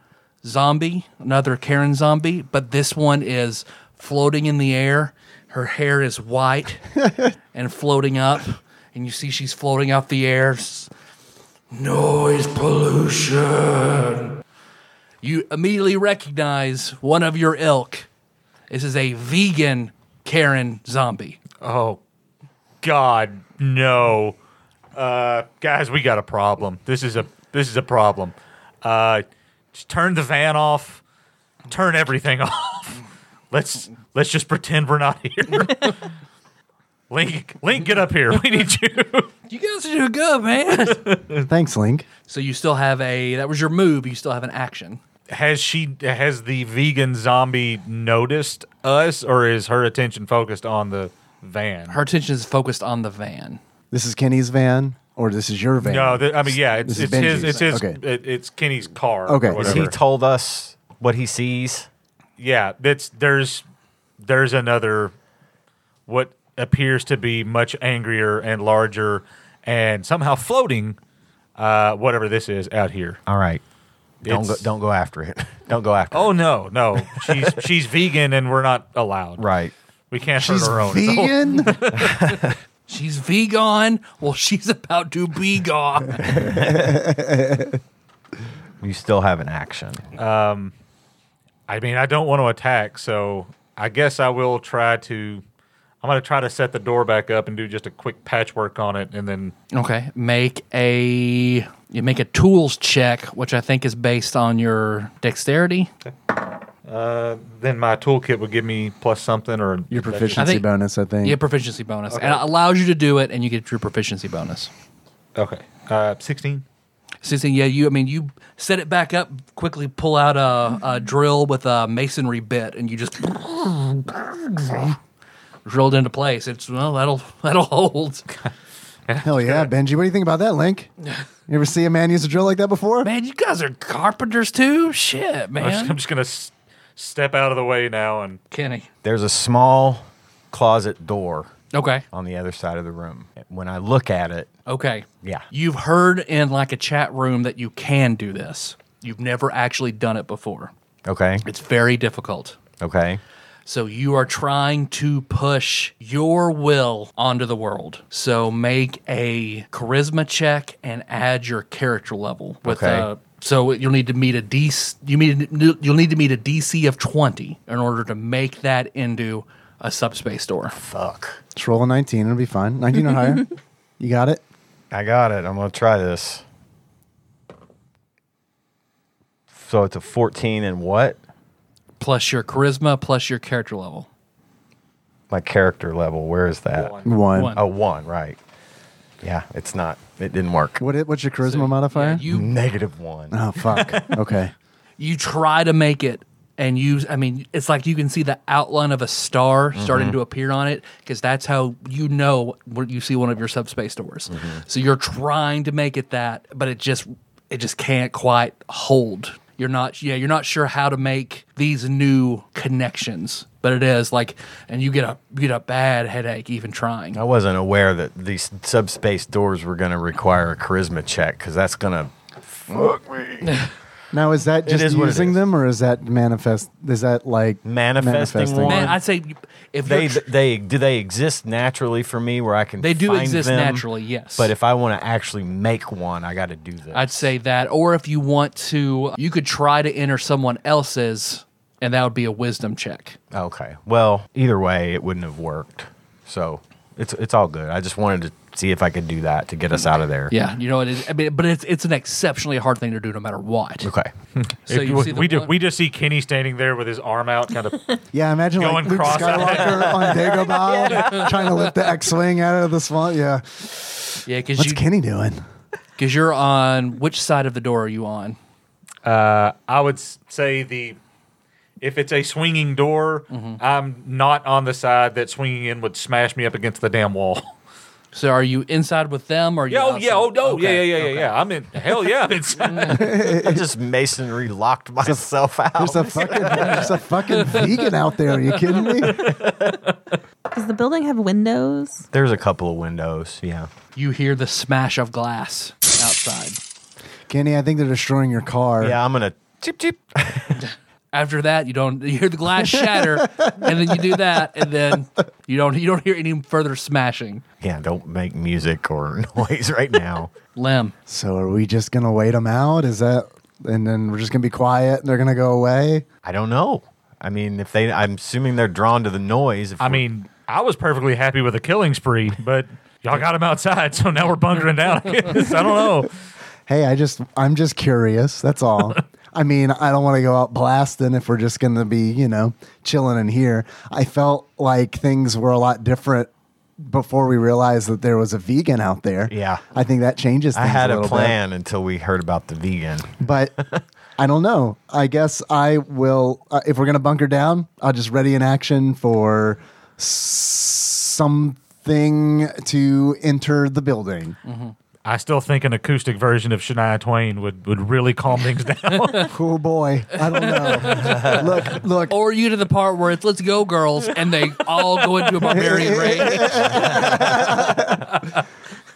zombie, another Karen zombie, but this one is floating in the air. Her hair is white and floating up, and you see she's floating off the air. S- Noise pollution. You immediately recognize one of your ilk. This is a vegan Karen zombie. Oh, God, no, uh, guys, we got a problem. This is a this is a problem. Uh, just turn the van off. Turn everything off. Let's let's just pretend we're not here. Link, Link, get up here. We need you. You guys are doing good, man. Thanks, Link. so you still have a that was your move. You still have an action. has she has the vegan zombie noticed us or is her attention focused on the van Her attention is focused on the van. This is Kenny's van, or this is your van. no th- i mean yeah it's, This is it's his Benji's. it's his Okay. it, it's kenny's car Okay. or Is Has whatever. he told us what he sees? yeah that's there's there's another what appears to be much angrier and larger and somehow floating uh whatever this is out here All right. Don't go, It's- don't go after it. don't go after oh no no she's she's vegan and we're not allowed it. Right. we can't She's hurt her own vegan. She's vegan. Well, she's about to be gone. You still have an action. I mean, I don't want to attack, so I guess I will try to. I'm going to try to set the door back up and do just a quick patchwork on it, and then okay, make a you make a tools check, which I think is based on your dexterity. uh, then my toolkit would give me plus something or Your proficiency I think- bonus, I think. Yeah, proficiency bonus. And it allows you to do it, and you get your proficiency bonus. Okay, uh, sixteen. 16, yeah, you, I mean, you set it back up, quickly pull out a, a drill with a masonry bit, and you just drilled into place. It's, well, that'll, that'll hold. Hell yeah, Benji. What do you think about that, Link? You ever see a man use a drill like that before? Man, you guys are carpenters too? Shit, I'm just, I'm man. just gonna s- step out of the way now and Kenny. There's a small closet door Okay. on the other side of the room. When I look at it, Okay. Yeah. You've heard in like a chat room that you can do this. You've never actually done it before. okay, It's very difficult. okay, So you are trying to push your will onto the world. So make a charisma check and add your character level with Okay. uh so you'll need to meet a DC you meet you'll need to meet a DC of 20 in order to make that into a subspace door. fuck. Just roll a 19. It'll be fine. 19 or higher. You got it? I got it. I'm gonna try this. So it's a 14 and what? Plus your charisma plus your character level. My character level. Where is that? One. One. Oh, one. Right. Yeah, it's not. It didn't work. What, i- what's your charisma modifier? Yeah, Mm-hmm. you Negative one. oh, fuck. okay. you try to make it and you i mean it's like you can see the outline of a star starting Mm-hmm. to appear on it because that's how you know when you see one of your subspace doors Mm-hmm. so you're trying to make it that but it just it just can't quite hold you're not yeah you're not sure how to make these new connections but it is like and you get a you get a bad headache even trying I wasn't aware that these subspace doors were going to require a charisma check because that's going to Now, is that just is what it using is. them or is that manifest? Is that like Manifesting one. man i'd say if they they they do they exist naturally for me where I can They do find exist them, naturally, yes. But if I want to actually make one, I got to do this. I'd say that. Or if you want to, you could try to enter someone else's, and that would be a wisdom check. okay. Well, either way, it wouldn't have worked. So it's it's all good. I just wanted to see if I could do that to get us out of there. Yeah, you know it is. I mean, but it's it's an exceptionally hard thing to do, no matter what. Okay. So If you we, see the we, ju- one- we just see Kenny standing there with his arm out, kind of. Yeah, imagine like Going Luke cross-eyed. Skywalker on Dagobah trying to lift the X-wing out of the swamp. Yeah, Yeah, because what's you Kenny doing? because you're on which side of the door are you on? I would s- say the if it's a swinging door, Mm-hmm. I'm not on the side that swinging in would smash me up against the damn wall. So are you inside with them or? Are you Yeah, oh yeah, oh outside? no, yeah, Okay, yeah, yeah, okay. yeah, yeah. I'm in hell yeah, I'm inside. I just masonry locked myself out. There's a fucking there's a fucking vegan out there. Are you kidding me? Does the building have windows? There's a couple of windows. Yeah. You hear the smash of glass outside. Kenny, I think they're destroying your car. Yeah, I'm gonna chip chip. After that, you don't you hear the glass shatter, and then you do that, and then you don't you don't hear any further smashing. yeah, don't make music or noise right now. Lem, So are we just gonna wait them out? Is that and then we're just gonna be quiet and they're gonna go away? I don't know. I mean, if they, I'm assuming they're drawn to the noise. If I mean, I was perfectly happy with a killing spree, but y'all got him outside, so now we're bunkering down. I guess. I don't know. Hey, I just I'm just curious. That's all. I mean, I don't want to go out blasting if we're just gonna be you know chilling in here. I felt like things were a lot different before we realized that there was a vegan out there. Yeah. I think that changes. I Things had a little bit. plan until we heard about the vegan. but I don't know. I guess I will. Uh, if we're gonna bunker down, I'll just ready in action for s- something to enter the building. I still think an acoustic version of Shania Twain would, would really calm things down. Oh boy, I don't know. look, look. Or you to the part where it's let's go girls and they all go into a barbarian raid.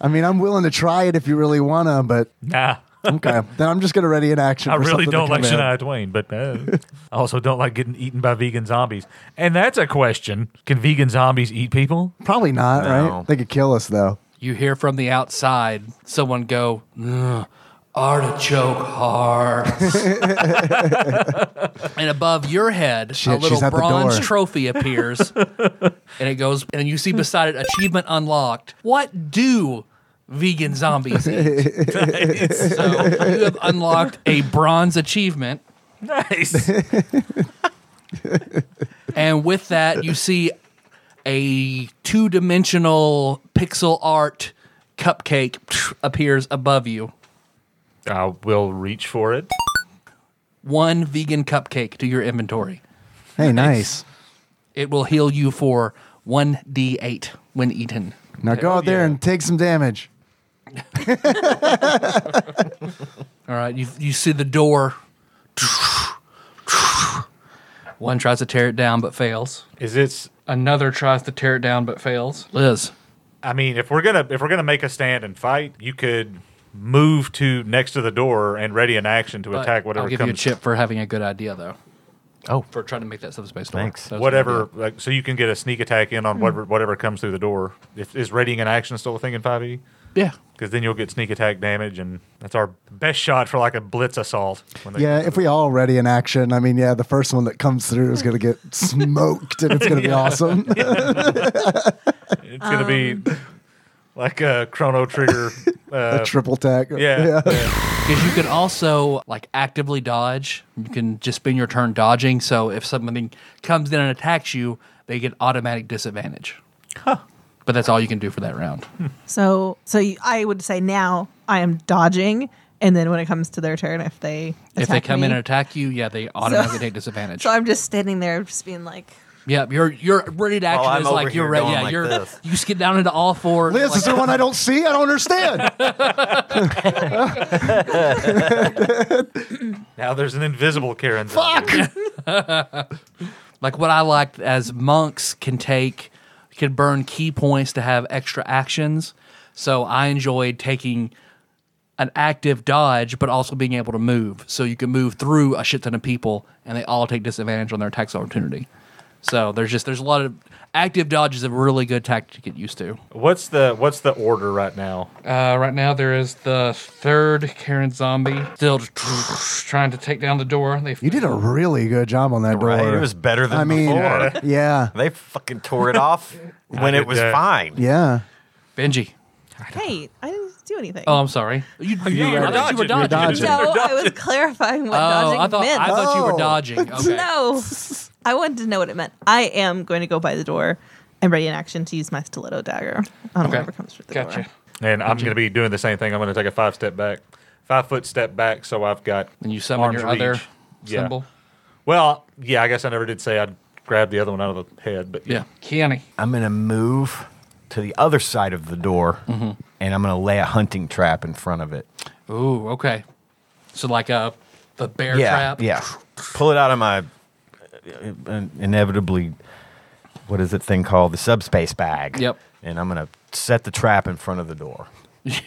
I mean, I'm willing to try it if you really wanna, but nah, okay. then I'm just gonna ready in action. I for really something to don't like come in. Shania Twain, but uh, I also don't like getting eaten by vegan zombies. And that's a question: Can vegan zombies eat people? Probably not, No. right? They could kill us though. You hear from the outside someone go, "Ugh, artichoke hearts. and above your head, a Shit, little she's at the bronze door. trophy appears. and it goes, and you see beside it, achievement unlocked. What do vegan zombies eat? so you have unlocked a bronze achievement. Nice. and with that, you see a two dimensional pixel art cupcake appears above you. I will reach for it. One vegan cupcake to your inventory. Hey, nice. It will heal you for 1d8 when eaten. Now go out there and take some damage. All right, you, you see the door. One tries to tear it down but fails. Is it's Another tries to tear it down but fails. Liz. I mean, if we're gonna if we're gonna make a stand and fight, you could move to next to the door and ready an action to but attack whatever I'll give comes. you a chip for having a good idea, though, Oh, for trying to make that subspace door. Thanks. That was my idea. Whatever, like, so you can get a sneak attack in Hmm. on whatever whatever comes through the door. If, is readying an action still a thing in five e? Yeah. Because then you'll get sneak attack damage, and that's our best shot for like a blitz assault. When they- Yeah, if uh, we all ready in action, I mean, yeah, the first one that comes through is going to get smoked and it's going to be awesome. it's gonna be like a chrono trigger. Uh, a triple tech. yeah, Because you can also like actively dodge. You can just spend your turn dodging. So if something comes in and attacks you, they get automatic disadvantage. But that's all you can do for that round. So, so you- I would say now I am dodging, and then when it comes to their turn, if they if they attack come in me- and attack you, yeah, they automatically take disadvantage. so I'm just standing there, just being like, yeah, your your ready to action I'm is over like you're here ready. going Yeah, like you're this. you skid down into all fours. Liz, is like, there one I don't see? I don't understand. Now there's an invisible Karen. Fuck. like what I liked as monks can take can burn key points to have extra actions. So I enjoyed taking an active dodge, but also being able to move. So you can move through a shit ton of people, and they all take disadvantage on their attack opportunity. So there's just there's a lot of active dodge is a really good tactic to get used to. What's the what's the order right now? Uh, right now, there is the third Karen zombie still trying to take down the door. They You did a really good job on that door. right. It was better than I mean, before. yeah, They fucking tore it off when did it was that. fine. yeah. Benji. "Hey, I didn't do anything." Oh, I'm sorry. You, you, you were I thought you were dodging. You were dodging. dodging. no, I was clarifying what dodging Oh, I thought, meant. I thought you were Oh. dodging. Okay. No, I wanted to know what it meant. I am going to go by the door and ready in action to use my stiletto dagger on Okay. whatever comes through the door. Gotcha. And I'm going to be doing the same thing. I'm going to take a five step back, five foot step back. So I've got. And you summon arm's your other reach. Yeah. symbol. Well, yeah, I guess I never did say I'd grab the other one out of the head, but Yeah. Keani. I'm gonna move to the other side of the door, Mm-hmm. and I'm gonna lay a hunting trap in front of it. Ooh, okay. So like a the bear yeah, trap. yeah. Pull it out of my uh, inevitably. What is that thing called? The subspace bag. Yep. And I'm gonna set the trap in front of the door.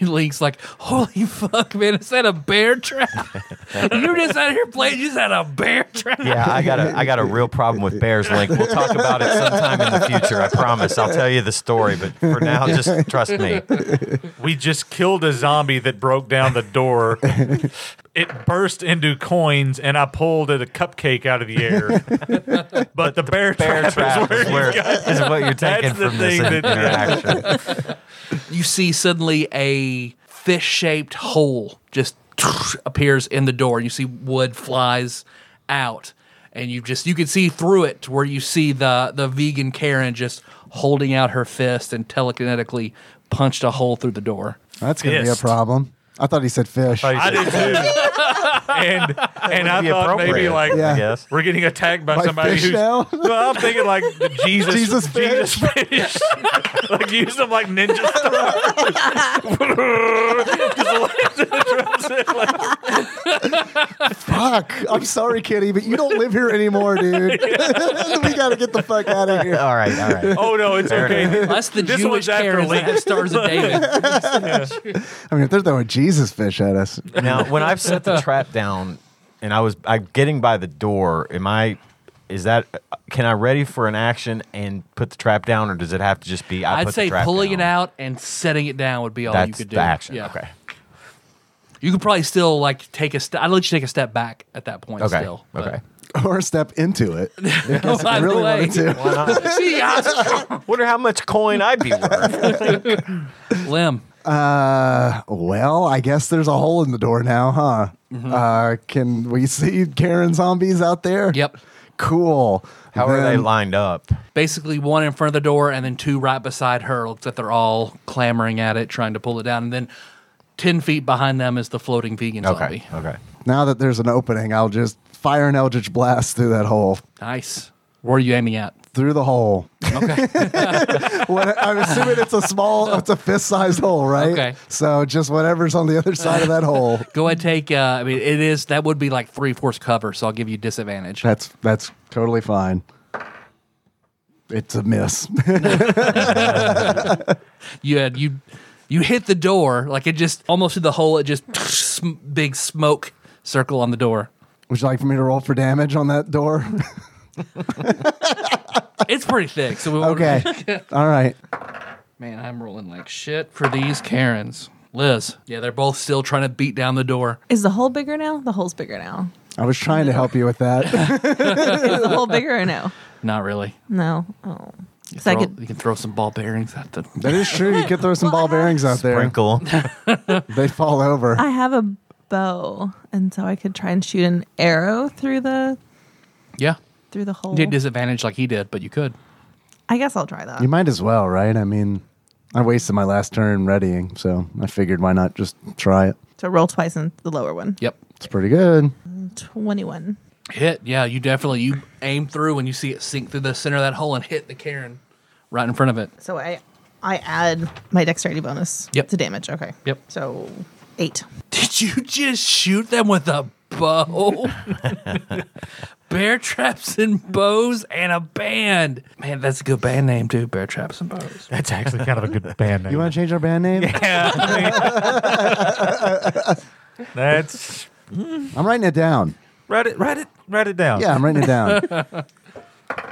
Link's like, holy fuck, man, is that a bear trap? you just out here playing, you just had a bear trap. Yeah, I got a I got a real problem with bears, Link. We'll talk about it sometime in the future. I promise. I'll tell you the story, but for now, just trust me. we just killed a zombie that broke down the door. it burst into coins, and I pulled a cupcake out of the air. but the bear, Bear trap, trap is is, where. where, is what you're taking That's the from this thing that- interaction. You see suddenly a fish shaped hole just appears in the door. You see wood flies out. And you just you can see through it to where you see the the vegan Karen just holding out her fist and telekinetically punched a hole through the door. That's gonna be a Fist. problem. I thought he said fish. thought I did too. and and I be thought maybe appropriate, like Yeah. I guess. we're getting attacked by By somebody fish who's. now? Well, I'm thinking like the Jesus, Jesus Jesus fish. like use them like ninja stuff. Fuck. I'm sorry, Kitty, but you don't live here anymore, dude. we gotta get the fuck out of here. All right, all right. oh no, it's Fair okay. That's the This Jewish one's after Karens that Link. have stars of David. I mean, if they're throwing Jesus fish at us, Now, when I've set the trap down and I was I'm getting by the door, am I is that can I ready for an action and put the trap down or does it have to just be I I'd put say the trap pulling down? it out and setting it down would be all That's you could do. the action. Yeah. Okay. You could probably still like take a step. I'd let you take a step back at that point. Okay. Still. but- okay. or step into it. Oh, by I the really way. wanted to. Why not? See, I- Wonder how much coin I'd be worth. Lim. Uh, well, I guess there's a hole in Mm-hmm. the door now, huh? Uh, can we see Karen zombies out there? Yep. cool. How are they Then- lined up? Basically, one in front of the door and then two right beside her. Looks like they're all clamoring at it, trying to pull it down. And then 10 feet behind them is the floating vegan Okay. zombie. Okay. Now that there's an opening, I'll just fire an Eldritch Blast through that hole. Nice. Where are you aiming at? Through the hole. Okay. What, I'm assuming it's a small, it's a fist sized hole, right? Okay. So just whatever's on the other side of that hole. Go ahead, take. Uh, I mean, it is that would be like three fourths cover, so I'll give you disadvantage. That's that's totally fine. It's a miss. You had you you hit the door like it just almost through the hole. It just sm- big smoke circle on the door. Would you like for me to roll for damage on that door? It's pretty thick, so we won't. okay. All right. Man, I'm rolling like shit for these Karens. Liz, yeah, they're both still trying to beat down the door. Is the hole bigger now? The hole's bigger now. I was trying to help you with that. Is the hole bigger or no? Not really. No. Oh. Because I Throw- could. You can throw some ball bearings at the. that is true. You could throw some ball bearings out there. Sprinkle. They fall over. I have a bow, and so I could try and shoot an arrow through the Yeah, through the hole. you did disadvantage like he did, but you could. I guess I'll try that. You might as well, right? I mean, I wasted my last turn readying, so I figured why not just try it. So roll twice in the lower one. Yep. It's pretty good. Twenty-one. Hit, yeah, you definitely you aim through and you see it sink through the center of that hole and hit the Karen right in front of it. So I I add my dexterity bonus Yep. to damage. Okay. Yep. So eight. Did you just shoot them with a bow? Bear traps and bows and a band. Man, that's a good band name too. Bear traps and bows. That's actually kind of a good band name. You want to change our band name? That's I'm writing it down. write it, write it, write it down. Yeah, I'm writing it down.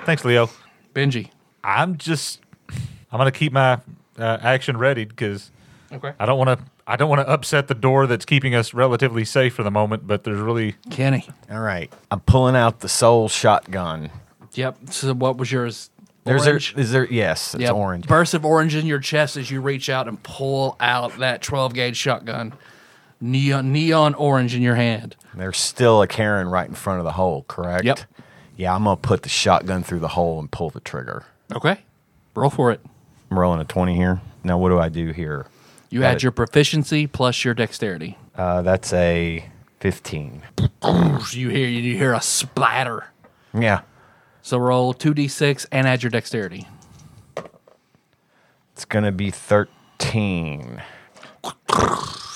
Thanks, Leo. Benji. I'm just I'm gonna keep my uh, action ready because Okay. I don't want to I don't want to upset the door that's keeping us relatively safe for the moment. But there's really Kenny. All right. I'm pulling out the soul shotgun. Yep. So what was yours? There's there, orange. is there yes, it's Yep. orange. Burst of orange in your chest as you reach out and pull out that 12 gauge shotgun. Neon, neon orange in your hand. There's still a Karen right in front of the hole, correct? Yep. Yeah, I'm gonna put the shotgun through the hole and pull the trigger. Okay. Roll for it. I'm rolling a twenty here. Now what do I do here? You Got add it. your proficiency plus your dexterity. Uh, that's a fifteen. You hear you hear a splatter. Yeah. So roll 2d6 and add your dexterity. It's gonna be thirteen.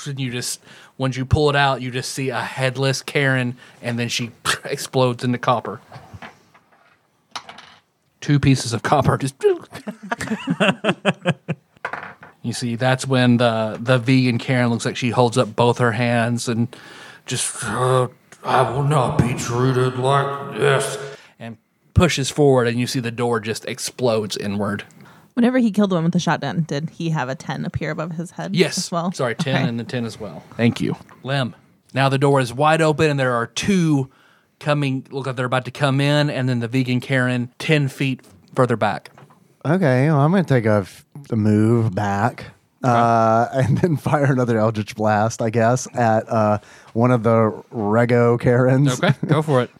And you just, once you pull it out, you just see a headless Karen, and then she explodes into copper. Two pieces of copper just. you see, that's when the the vegan Karen looks like she holds up both her hands and just, uh, I will not be treated like this, and pushes forward, and you see the door just explodes inward. Whenever he killed the one with the shotgun, did he have a ten appear above his head? Yes. As well. Sorry, 10 Okay. and the 10 as well. Thank you. Lem. Now the door is wide open and there are two coming. Look like they're about to come in, and then the vegan Karen 10 feet further back. okay, well, I'm going to take a, f- a move back Uh-huh. uh, and then fire another Eldritch Blast, I guess, at uh, one of the Rego Karens. Okay, go for it.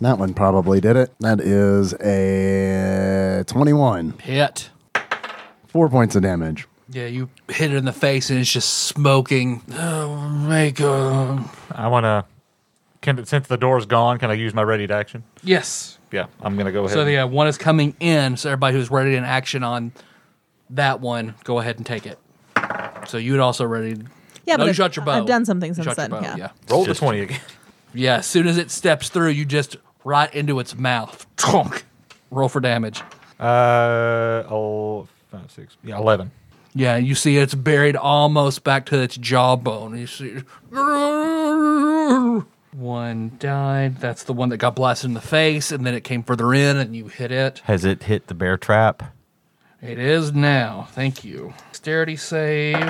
That one probably did it. That is a 21. Hit. Four points of damage. Yeah, you hit it in the face and it's just smoking. Oh, make a. I want to. Can since the door's gone, can I use my ready to action? Yes. Yeah, I'm gonna go ahead. So yeah, one is coming in. So everybody who's ready in action on that one, go ahead and take it. So you'd also ready. Yeah, no, but you I've- shot your bow. I've done something You since shot your then, bow, yeah. yeah. roll the twenty again. Yeah, as soon as it steps through, you just right into its mouth. Tonk. Roll for damage. Uh, oh, five, six, yeah, eleven. Yeah, you see it's buried almost back to its jawbone. You see. One died. That's the one that got blasted in the face, and then it came further in, and you hit it. Has it hit the bear trap? It is now. Thank you. Dexterity save,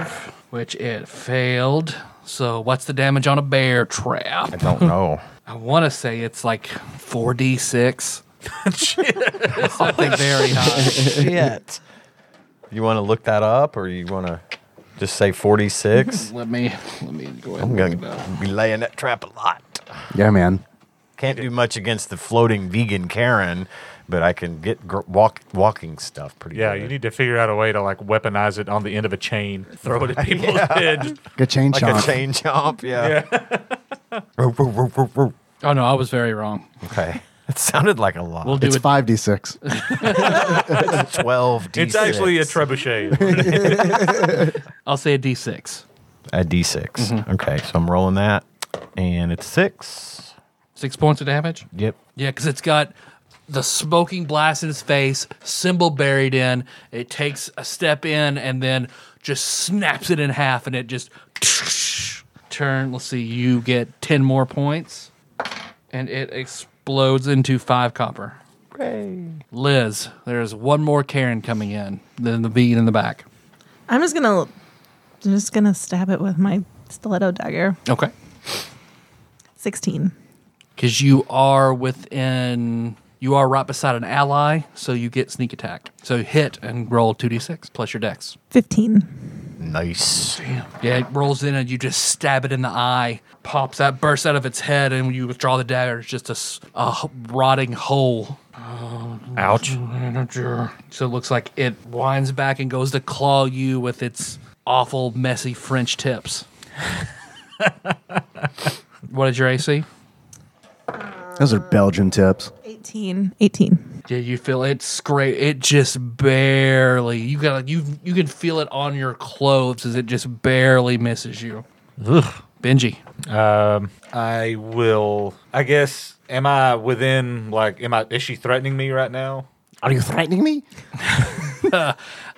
which it failed. So, what's the damage on a bear trap? I don't know. I want to say it's like 4d6. Something very high. Shit. You wanna look that up or you wanna just say forty six? Let me let me go ahead. and I'm look gonna it up. be laying that trap a lot. Oh, Yeah, man. Can't do much against the floating vegan Karen, but I can get gr- walk walking stuff pretty. Yeah, good. you need to figure out a way to like weaponize it on the end of a chain, throw it at people's head. Good chain like chomp. a chain chomp. Yeah. Oh no, I was very wrong. okay. It sounded like a lot. We'll do It's it. five d six. Twelve d6. It's actually a trebuchet. I'll say a D6. a d6. Mm-hmm. Okay, so I'm rolling that, and it's six. Six points of damage. Yep. Yeah, because it's got the smoking blast in his face, symbol buried in. It takes a step in and then just snaps it in half, and it just turn. Let's see, you get ten more points, and it explodes into five copper. Liz, there's one more Karen coming in than the bean in the back. I'm just gonna, I'm just gonna stab it with my stiletto dagger. Okay, Sixteen. because you are within. You are right beside an ally, so you get sneak attack. So hit and roll 2d6 plus your dex. Fifteen. Nice. Yeah, it rolls in and you just stab it in the eye, pops out, bursts out of its head, and when you withdraw the dagger, it's just a, s- a h- rotting hole. Ouch. So it looks like it winds back and goes to claw you with its awful, messy French tips. what is your AC? Those are Belgian tips. Eighteen. Eighteen. Yeah, you feel it scrape. It just barely. You got you. You can feel it on your clothes as it just barely misses you. Ugh, Benji. Um, I will. I guess. Am I within? Like, am I? Is she threatening me right now? Are you threatening me?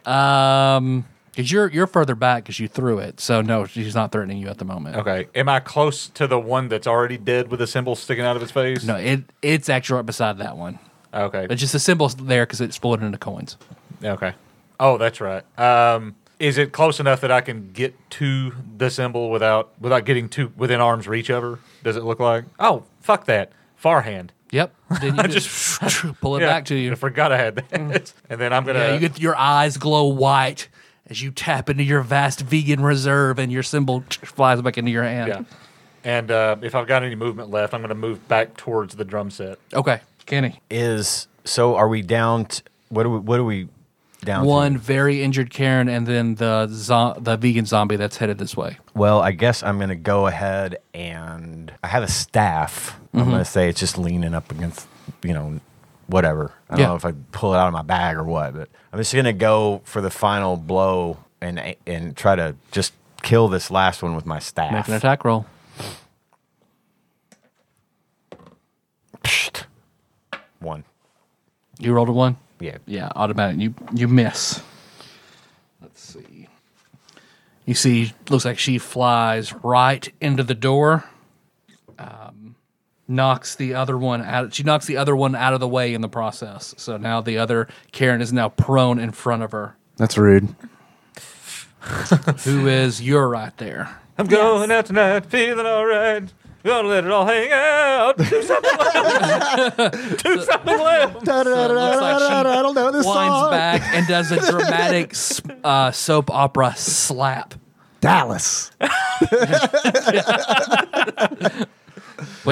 Um, because you're you're further back because you threw it. So no, she's not threatening you at the moment. Okay. Am I close to the one that's already dead with a symbol sticking out of his face? No, it it's actually right beside that one. Okay. It's just the symbol's there because it's split into coins. Okay. Oh, that's right. Um, is it close enough that I can get to the symbol without without getting to within arm's reach of her? Does it look like? Oh, fuck that. Farhand. Yep. Then you just, pull it Yeah, back to you. Mm. I forgot I had that. and then I'm gonna. Yeah, you get your eyes glow white as you tap into your vast vegan reserve, and your symbol flies back into your hand. yeah. And uh, if I've got any movement left, I'm gonna move back towards the drum set. Okay, Kenny. Is so? Are we down? T- what do we? What do we? Down to? One very injured Karen, and then the zo- the vegan zombie that's headed this way. Well, I guess I'm gonna go ahead and I have a staff. I'm Mm-hmm. gonna say it's just leaning up against, you know, whatever. I don't Yeah. know if I pull it out of my bag or what, but I'm just gonna go for the final blow and and try to just kill this last one with my staff. Make an attack roll. Psht. One. You rolled a one. Yeah. Yeah, automatic. You you miss. Let's see. You see, looks like she flies right into the door. Um, knocks the other one out. She knocks the other one out of the way in the process. So now the other Karen is now prone in front of her. That's rude. Who is you're right there? I'm going out tonight, feeling all right. Gonna let it all hang out. Do something left. Do something left. So it looks like she I don't know this winds song. back and does a dramatic s- uh, soap opera slap. Dallas. Which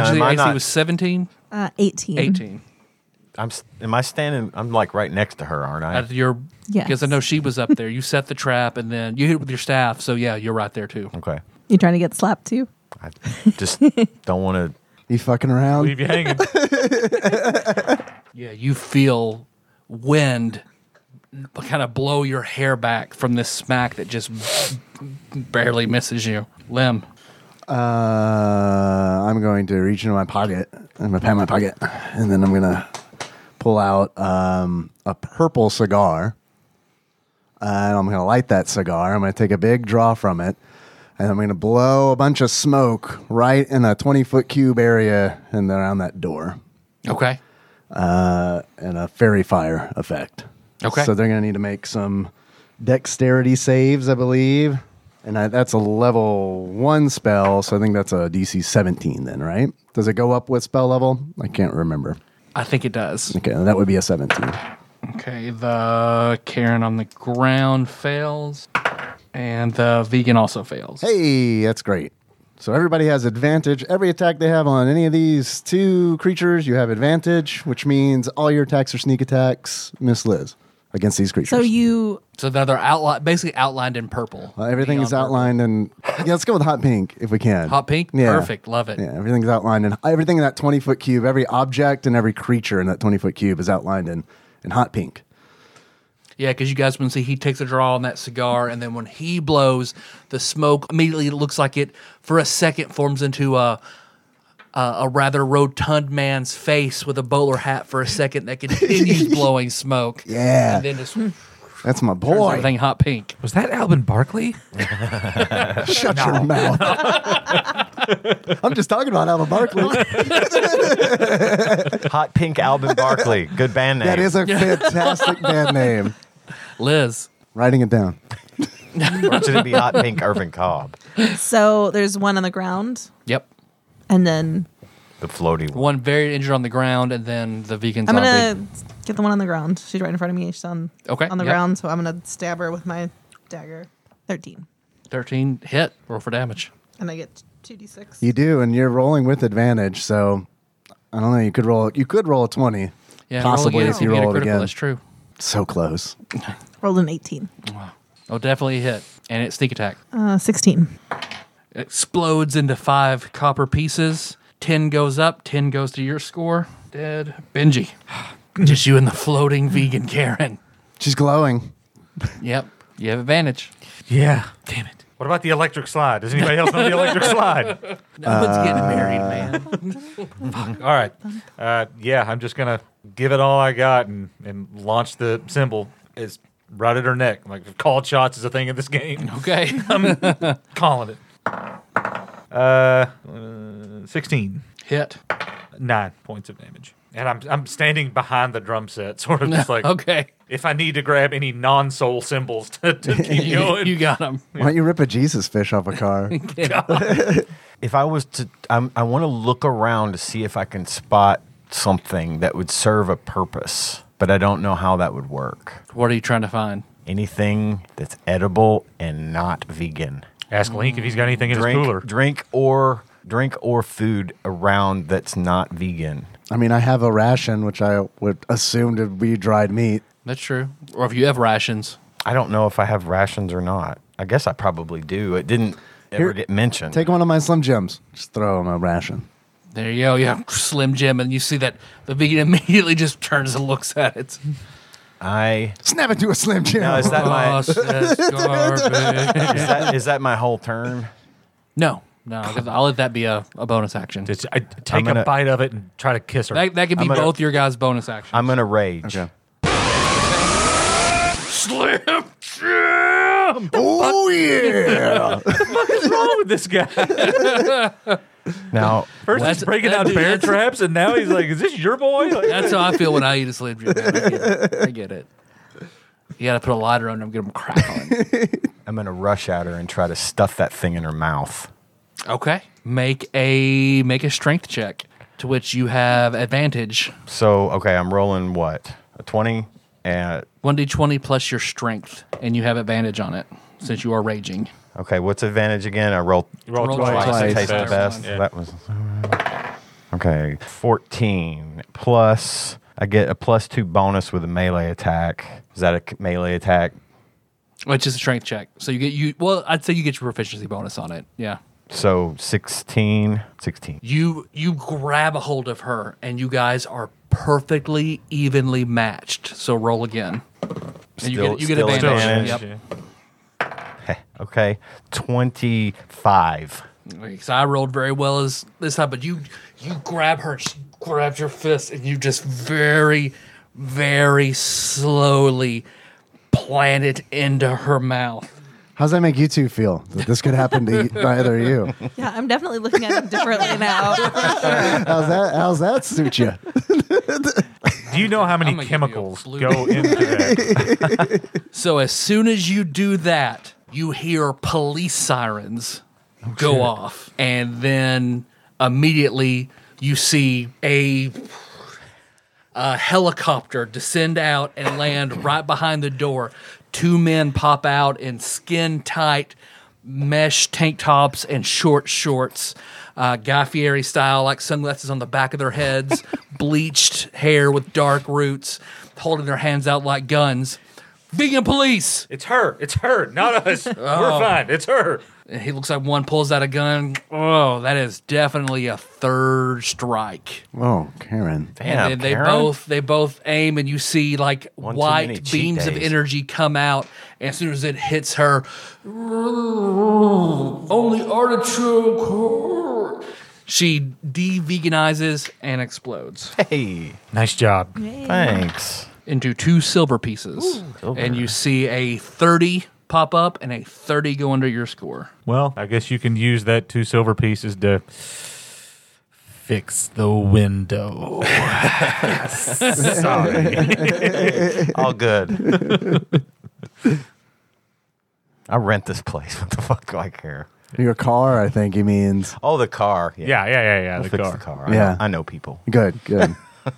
Now, the am I AC not- was 17, Uh, eighteen. 18. I'm. s- Am I standing? I'm like right next to her, aren't I? at your Yes. because I know she was up there. You set the trap and then you hit it with your staff. So yeah, you're right there too. okay. You trying to get slapped too? I just don't want to. You fucking around? Leave you hanging. Yeah, you feel wind kind of blow your hair back from this smack that just barely misses you. Lim, Uh, I'm going to reach into my pocket. I'm gonna pat my pocket, and then I'm gonna pull out um, a purple cigar, and I'm gonna light that cigar. I'm gonna take a big draw from it, and I'm gonna blow a bunch of smoke right in a 20 foot cube area and around that door, okay, uh, and a fairy fire effect. Okay. So they're gonna need to make some dexterity saves, I believe. And I, that's a level one spell, so I think that's a DC 17 then, right? Does it go up with spell level? I can't remember. I think it does. Okay, that would be a 17. Okay, the Karen on the ground fails, and the vegan also fails. Hey, that's great. So everybody has advantage. Every attack they have on any of these two creatures, you have advantage, which means all your attacks are sneak attacks, Miss Liz, against these creatures. So you So now they're outlined, basically outlined in purple. Uh, everything Neon is purple. outlined in. Yeah, let's go with hot pink if we can. Hot pink? Yeah. Perfect. Love it. Yeah, everything's outlined in everything in that 20 foot cube. Every object and every creature in that 20 foot cube is outlined in, in hot pink. Yeah, because you guys can see he takes a draw on that cigar, and then when he blows, the smoke immediately looks like it for a second forms into a a, a rather rotund man's face with a bowler hat for a second that continues blowing smoke. Yeah. and then just Hmm. turns That's my boy. everything hot pink. Was that Alvin Barkley? Shut your mouth. I'm just talking about Alvin Barkley. Hot Pink Alvin Barkley. Good band name. That is a fantastic band name. Liz, Writing it down. Or should it be Hot Pink Irvin Cobb? so there's one on the ground, yep, and then The floaty one. one very injured on the ground, and then the vegan I'm zombie. gonna get the one on the ground. She's right in front of me. She's on Okay, on the yep. ground, so I'm gonna stab her with my dagger. Thirteen, Thirteen hit roll for damage. and I get two d six. You do, and you're rolling with advantage. So I don't know. You could roll. You could roll a 20. Yeah, roll possibly again if you get a roll it critical, again. That's true. So close. Rolled an eighteen, Oh, definitely hit, and it's sneak attack. uh, sixteen. explodes into five copper pieces. Ten goes up, ten goes to your score. Dead. Benji. Just you and the floating vegan Karen. She's glowing. Yep. You have advantage. Yeah. Damn it. What about the electric slide? Does anybody else know the electric slide? No one's getting married, Uh, man. All right. Uh, yeah, I'm just gonna give it all I got and, and launch the symbol. It's right at her neck. Like called shots is a thing in this game. Okay. Um, Calling it. Uh, uh, sixteen. Hit. Nine points of damage. And I'm I'm standing behind the drum set, sort of just like okay. If I need to grab any non-soul symbols to, to keep You, going, you got him. Why don't you rip a Jesus fish off a car? If I was to, I'm, I want to look around to see if I can spot something that would serve a purpose, but I don't know how that would work. What are you trying to find? Anything that's edible and not vegan. ask Link if he's got anything in drink, his cooler. drink or drink or food around that's not vegan. I mean, I have a ration, which I would assume to be dried meat. That's true. Or if you have rations. I don't know if I have rations or not. I guess I probably do. It didn't ever Here, get mentioned. Take one of my Slim Jims. Just throw him a ration. There you go. You have Slim Jim, and you see that the vegan immediately just turns and looks at it. I Snap it to a Slim Jim. now is that my Oh, is that's garbage. that, is that my whole turn? No, no. 'cause I'll let that be a, a bonus action. Just- I- take gonna- a bite of it and try to kiss her. That, that could be I'm gonna- both your guys' bonus actions. I'm gonna rage. Okay. Slim Jim. Oh yeah! What's wrong with this guy? Now First Well, he's that's- breaking that out dude- bear that's- traps, and now he's like, "Is this your boy?" Like, That's how I feel when I eat a Slim Jim. man. I get it. I get it. You gotta put a lighter on them, get them crackling. I'm gonna rush at her and try to stuff that thing in her mouth. okay. Make a make a strength check to which you have advantage. So okay, I'm rolling what a twenty and One d twenty plus your strength, and you have advantage on it since you are raging. okay, what's advantage again? I roll roll Roll twice. twice. Twice. to Taste the Twice. best. Yeah. That was okay. Fourteen plus. I get a plus two bonus with a melee attack. Is that a c- melee attack? Which is a strength check. So you get you well, I'd say you get your proficiency bonus on it. Yeah. So 16, 16. you you grab a hold of her and you guys are perfectly evenly matched so roll again and you get you get still advantage, advantage. Yep. Okay, twenty-five. Like, so i rolled very well as this time but you you grab her she grabs your fist and you just very very slowly plant it into her mouth How's that make you two feel? That this could happen to e- either of you? Yeah, I'm definitely looking at it differently now. How's that? How's that suit you? Do you know how many gonna give you a chemicals flu. go into that? so as soon as you do that you hear police sirens go off and then immediately you see a a helicopter descend out and land right behind the door. Two men pop out in skin tight mesh tank tops and short shorts, uh, Guy Fieri style, like sunglasses on the back of their heads, bleached hair with dark roots, holding their hands out like guns. Vegan police! It's her. It's her, not us. Oh. We're fine. It's her. And he looks like one pulls out a gun. Oh, that is definitely a third strike. Oh, Karen. Damn, and they, they Karen. both they both aim, and you see like One too many white cheat beams of days. energy come out. And as soon as it hits her, only artichoke. She de-veganizes and explodes Hey, Nice job. thanks. into two silver pieces, and you see a thirty pop up and a thirty go under your score. Well, I guess you can use that two silver pieces to fix the window. All good. I rent this place. What the fuck do I care? Your car, I think he means. Oh, the car. Yeah, yeah, yeah, yeah. We'll the fix car. the car. I Yeah. know, I know people. Good, good. I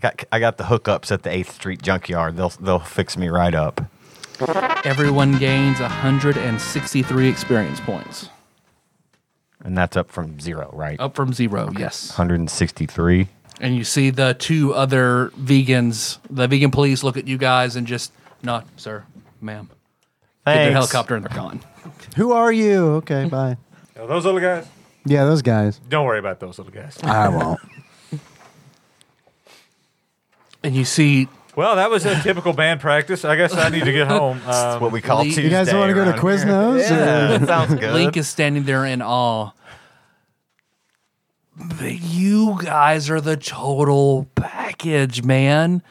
got I got the hookups at the Eighth Street Junkyard. They'll they'll fix me right up. Everyone gains 163 experience points, And that's up from zero, right? up from zero. Yes. 163. And you see the two other vegans, the vegan police look at you guys and just, not, sir, ma'am. Get their Thanks. helicopter and they're gone. Who are you? Okay, bye. Oh, those little guys? Yeah, those guys. Don't worry about those little guys. I won't. And you see, Well, that was a typical band practice. I guess I need to get home. Um, What we call Lee- Tuesday. You You guys want to go to around here. Quiznos? Yeah, that sounds good. Link is standing there in awe. But you guys are the total package, man.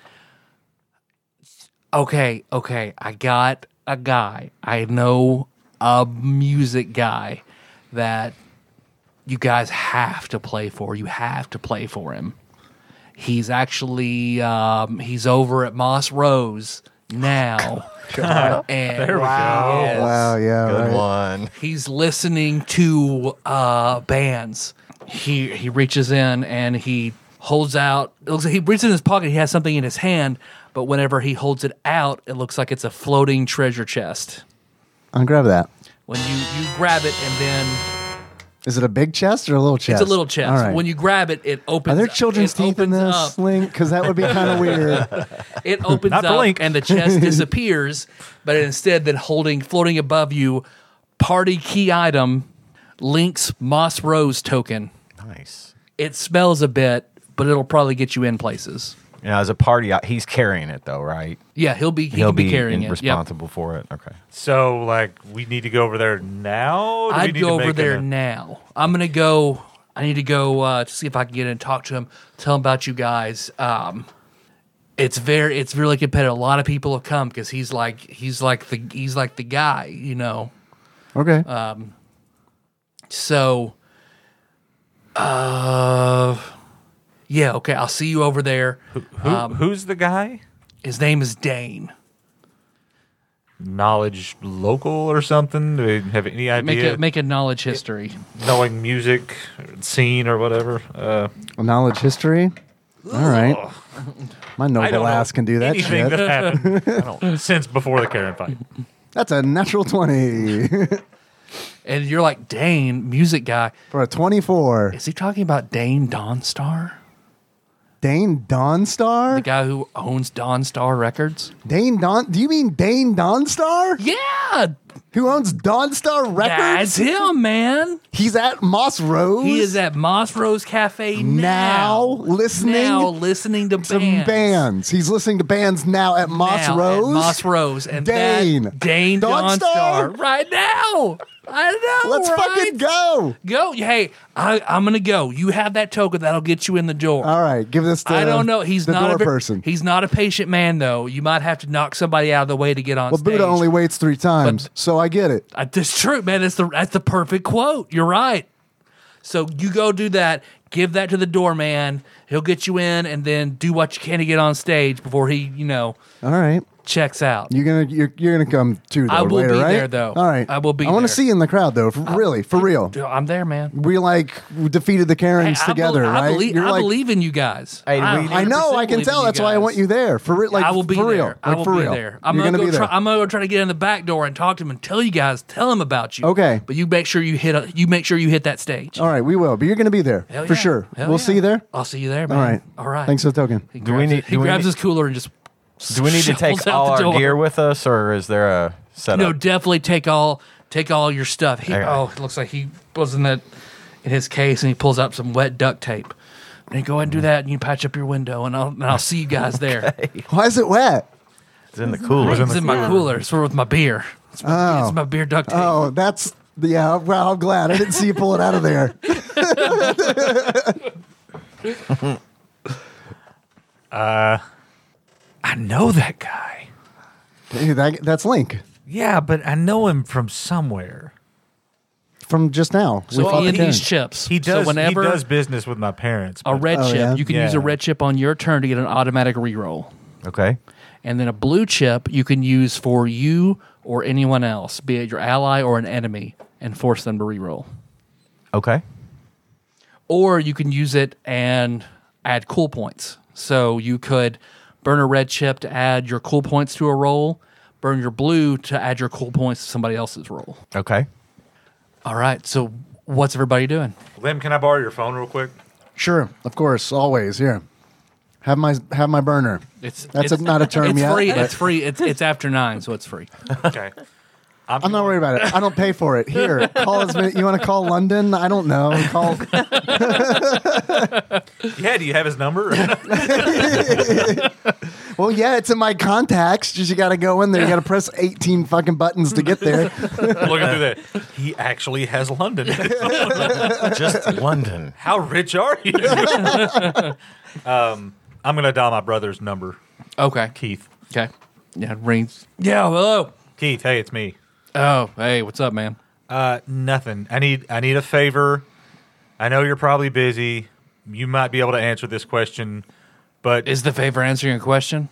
Okay, okay. I got a guy. I know a music guy that you guys have to play for. You have to play for him. He's actually um, he's over at Moss Rose now. and there we go. Wow, yeah, good right. one. He's listening to uh, bands. He he reaches in and he holds out. It looks like he reaches in his pocket. He has something in his hand, but whenever he holds it out, it looks like it's a floating treasure chest. I'll grab that. When you you grab it and then Is it a big chest or a little chest? it's a little chest. All right. When you grab it, it opens. Are there up- children's it teeth in opens this Up, link? Because that would be kind of weird. it opens Not up the link. and the chest disappears, but instead, then holding floating above you, party key item, Link's Moss Rose token. Nice. it smells a bit, but it'll probably get you in places. Now, as a party, I- he's carrying it though, right? Yeah, he'll be he will be, carrying in- it. Yep. responsible for it. Okay. so, like, we need to go over there now? Do we I'd need go to over make there an- now. I'm gonna go. I need to go uh, to see if I can get in and talk to him. Tell him about you guys. Um, it's very it's really competitive. A lot of people have come because he's like he's like the he's like the guy, you know. okay. Uh, So, uh, yeah, okay. I'll see you over there. Who, um, who's the guy? His name is Dane. Knowledge local or something? Do we have any Make idea? a make a knowledge history. knowing music, scene, or whatever. Uh, Knowledge history. All right. My I don't noble know ass can do that anything shit. that happened I don't- since before the Karen fight. That's a natural 20 And you're like, Dane, music guy. for a 24. Is he talking about Dane Dawnstar? Dane The Dawnstar? guy who owns Dawnstar Records? Dane Don? Do you mean Dane Dawnstar? Yeah, Who owns Dawnstar that's Records? him, man. He's at Moss Rose. He is at Moss Rose Cafe Now now. listening Now listening to to bands. bands. He's listening to bands now at Moss Now at Rose. Moss Rose. And Dane. That Dane Dawnstar. Dawnstar. Right now. I know. Let's right? fucking go. Go. Hey, I, I'm going to go. You have that token. That'll get you in the door. All right, give this to I don't know. He's the not door a ver- person. He's not a patient man, though. You might have to knock somebody out of the way to get on well, stage. Buddha only waits three times, so I get it. Uh, That's true, man. That's the that's the perfect quote. You're right. So you go do that. Give that to the doorman. He'll get you in, and then do what you can to get on stage before he, you know, All right. checks out. You're gonna you're, you're gonna come too. Though, I will later, be right? there, though. All right, I will be I want there. to see you in the crowd though. For, really, for real. Dude, I'm there, man. We like defeated the Karens Hey, I together, believe- right? I believe, You're I like, believe in you guys. Hey, we- I know. I can 100% tell. believe in That's why I want you there. For real, like I will be for there. real. I like, will for be real. there. I'm you're gonna, gonna go be try, there. I'm gonna go try to get in the back door and talk to him and tell you guys, tell him about you. Okay. But you make sure you hit. A, you make sure you hit that stage. All right, we will. But you're gonna be there Hell for yeah. sure. Hell we'll yeah. see you there. I'll see you there, man. All right. All right. Thanks for the token. He Do we grabs need- it- He do we grabs need- his cooler and just. Do we need to take shovels out all the our door. gear with us, or is there a setup? No, definitely take all take all your stuff. He, Okay. Oh, it looks like he was in that in his case, and he pulls out some wet duct tape. And you go ahead and do that, and you patch up your window, and I'll and I'll see you guys there. Why is it wet? it's in the cooler. It's in my cooler. It's with my beer. It's my, it's my beer duct tape. Oh, that's yeah. Well, I'm glad I didn't see you pull it out of there. I know that guy. Dude, that, that's Link Yeah, but I know him from somewhere. from just now. We So fought he the these Karens. chips. He does. So whenever he does business with my parents. a but- red Oh, chip, yeah? you can use a Yeah. red chip on your turn to get an automatic reroll, Okay. and then a blue chip you can use for you or anyone else, be it your ally or an enemy, and force them to reroll. Okay. or you can use it and add cool points. So you could burn a red chip to add your cool points to a roll, burn your blue to add your cool points to somebody else's roll. Okay. All right, so what's everybody doing? Lim, can I borrow your phone real quick? Sure, of course, always here. Have my have my burner. It's That's a- not a term It's yet, free. but- It's free. It's it's after nine, so it's free. Okay. I'm not worried about it. I don't pay for it. Here, call as many. You want to call London? I don't know. Call. Yeah, do you have his number? Well, yeah, it's in my contacts. Just you got to go in there. You got to press eighteen fucking buttons to get there. Looking through that. He actually has London. Just London. How rich are you? um, I'm going to dial my brother's number, Okay. Keith. Okay. Yeah. it Rings. Yeah. Hello. Keith, hey, it's me. Oh. Hey. What's up, man? Uh, nothing. I need I need a favor. I know you're probably busy. You might be able to answer this question, but Is the favor answering a question?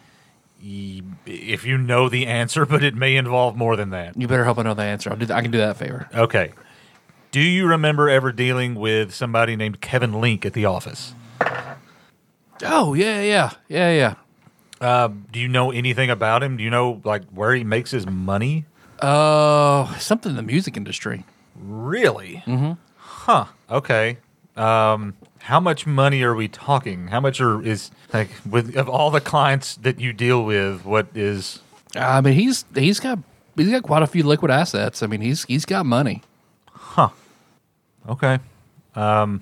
if you know the answer, but it may involve more than that. You better hope I know the answer. I'll do. That. I can do that favor. Okay. Do you remember ever dealing with somebody named Kevin Link at the office? Oh yeah yeah yeah yeah. Do you know anything about him? Do you know like where he makes his money? Oh, something in the music industry. Really? Mm-hmm. Huh. Okay. Um, how much money are we talking? How much are is like with of all the clients that you deal with? What is I mean, he's he's got he's got quite a few liquid assets. I mean, he's he's got money. okay? Um,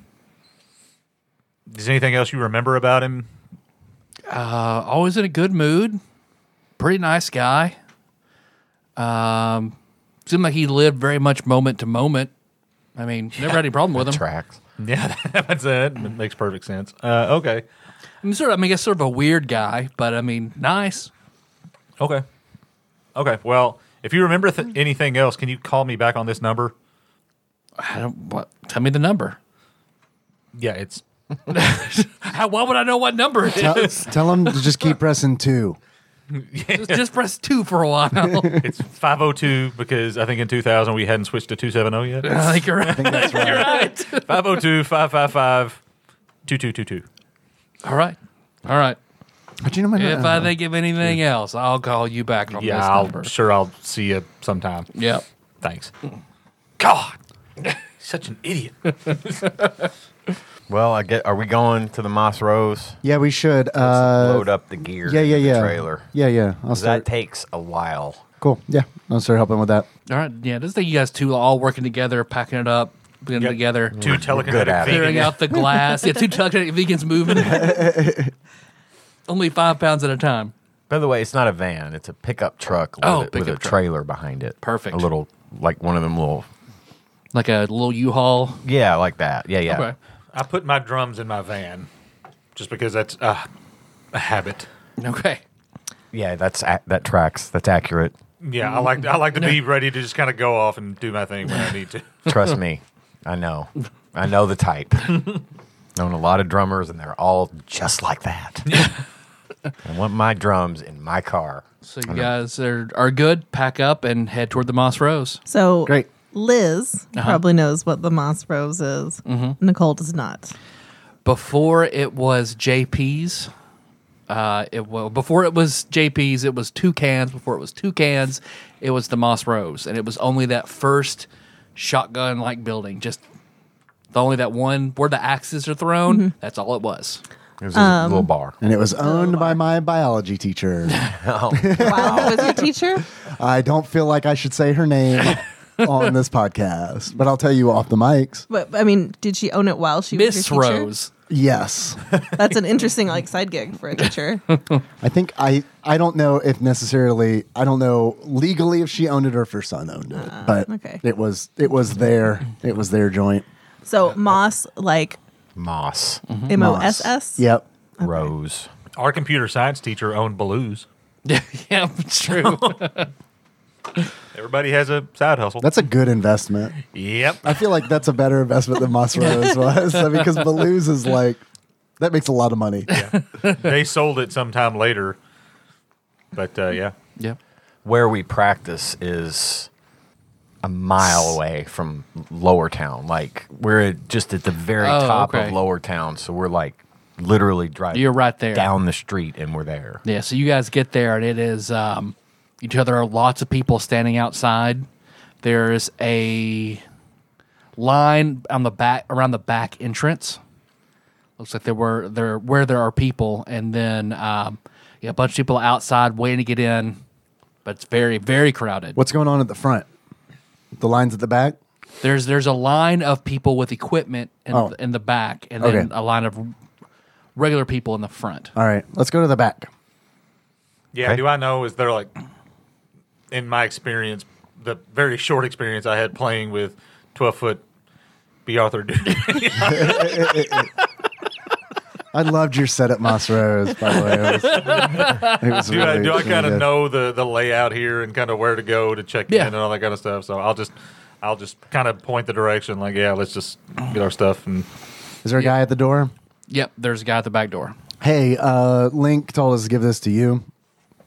is anything else you remember about him? Uh, always in a good mood. Pretty nice guy. Um, seemed like he lived very much moment to moment. I mean, never had any problem with him. Tracks. Yeah, that's it. It makes perfect sense. Uh, okay. I mean, sort of. I mean, I guess sort of a weird guy, but I mean, nice. Okay. Okay. Well, if you remember th- anything else, can you call me back on this number? I don't. What? Tell me the number. Yeah, it's How? Why would I know what number it Tell, is? tell him to just keep pressing two. just, just press two for a while. it's 502 because I think in 2000 we hadn't switched to 270 yet. I think you're right. You're right. 502 555 2222. All right. All right. But you know my If I think of anything else, I'll call you back on this Yeah, I'll, number. sure I'll see you sometime. Yep. Thanks. God, such an idiot. Well, I get. Are we going to the Moss Rose? yeah, we should. Uh, Load up the gear. yeah, yeah, in the yeah. Trailer. Yeah, yeah. I'll 'Cause That start. takes a while. cool. Yeah, I'll start helping with that. All right. Yeah, this thing you guys two are all working together, packing it up, putting Yep. it together, Two good telekinetic at it. clearing vegans. out the glass. yeah, two telekinetic vegans moving. Only five pounds at a time. By the way, it's not a van. It's a pickup truck with, Oh, a, with pickup a truck. trailer behind it. Perfect. A little, like one of them little. Like a little U-Haul. Yeah, like that. Yeah, yeah. Okay. I put my drums in my van just because that's uh, a habit. Okay. Yeah, that's ac that tracks. That's accurate. Yeah, I like I like to be ready to just kind of go off and do my thing when I need to. Trust me. I know. I know the type. Known a lot of drummers, and they're all just like that. I want my drums in my car. So you guys are, are good. Pack up and head toward the Moss Rose. So Great. Liz Uh-huh. probably knows what the moss rose is. Mm-hmm. Nicole does not. Before it was JP's. Uh, it well before it was JP's. It was two cans. Before it was two cans, it was the Moss Rose, and it was only that first shotgun-like building. Just the only that one where the axes are thrown. That's all it was. It was a Um, little bar. And it was Oh owned by my biology teacher. Wow, was your teacher? I don't feel like I should say her name on this podcast, but I'll tell you off the mics. But I mean, did she own it while she Miss was your teacher? Rose. Yes. That's an interesting like side gig for a teacher. I think I I don't know if necessarily I don't know legally if she owned it or if her son owned it, but Ah, okay. it was it was their it was their joint. so moss like Moss. M O Moss. S S. Yep. Rose. Our computer science teacher owned Baloo's. yeah, it's true. Everybody has a side hustle. That's a good investment. yep. I feel like that's a better investment than Moss Rose was uh, because Baloo's is like that makes a lot of money. they sold it sometime later. But uh, yeah, yeah. Where we practice is a mile away from Lower Town. Like we're at, just at the very Oh, top okay. of Lower Town, so we're like literally driving. You're right there. down the street, and we're there. Yeah, so you guys get there and it is um each other are lots of people standing outside. There's a line on the back around the back entrance. Looks like there were there where there are people and then um yeah, a bunch of people outside waiting to get in. But it's very, very crowded. What's going on at the front? The lines at the back? There's there's a line of people with equipment in, Oh. in the back and then Okay. a line of regular people in the front. All right, let's go to the back. yeah. Okay. Do I know? Is there like, in my experience, the very short experience I had playing with twelve foot B Arthur dude. I loved your setup, Moss Rose. By the way, it was, it was do I, really- do I really kind of good. know the the layout here and kind of where to go to check Yeah. in and all that kind of stuff? So I'll just I'll just kind of point the direction. Like, yeah, let's just get our stuff and Is there a guy at the door? Yep, there's a guy at the back door. Hey, uh, Link told us to give this to you,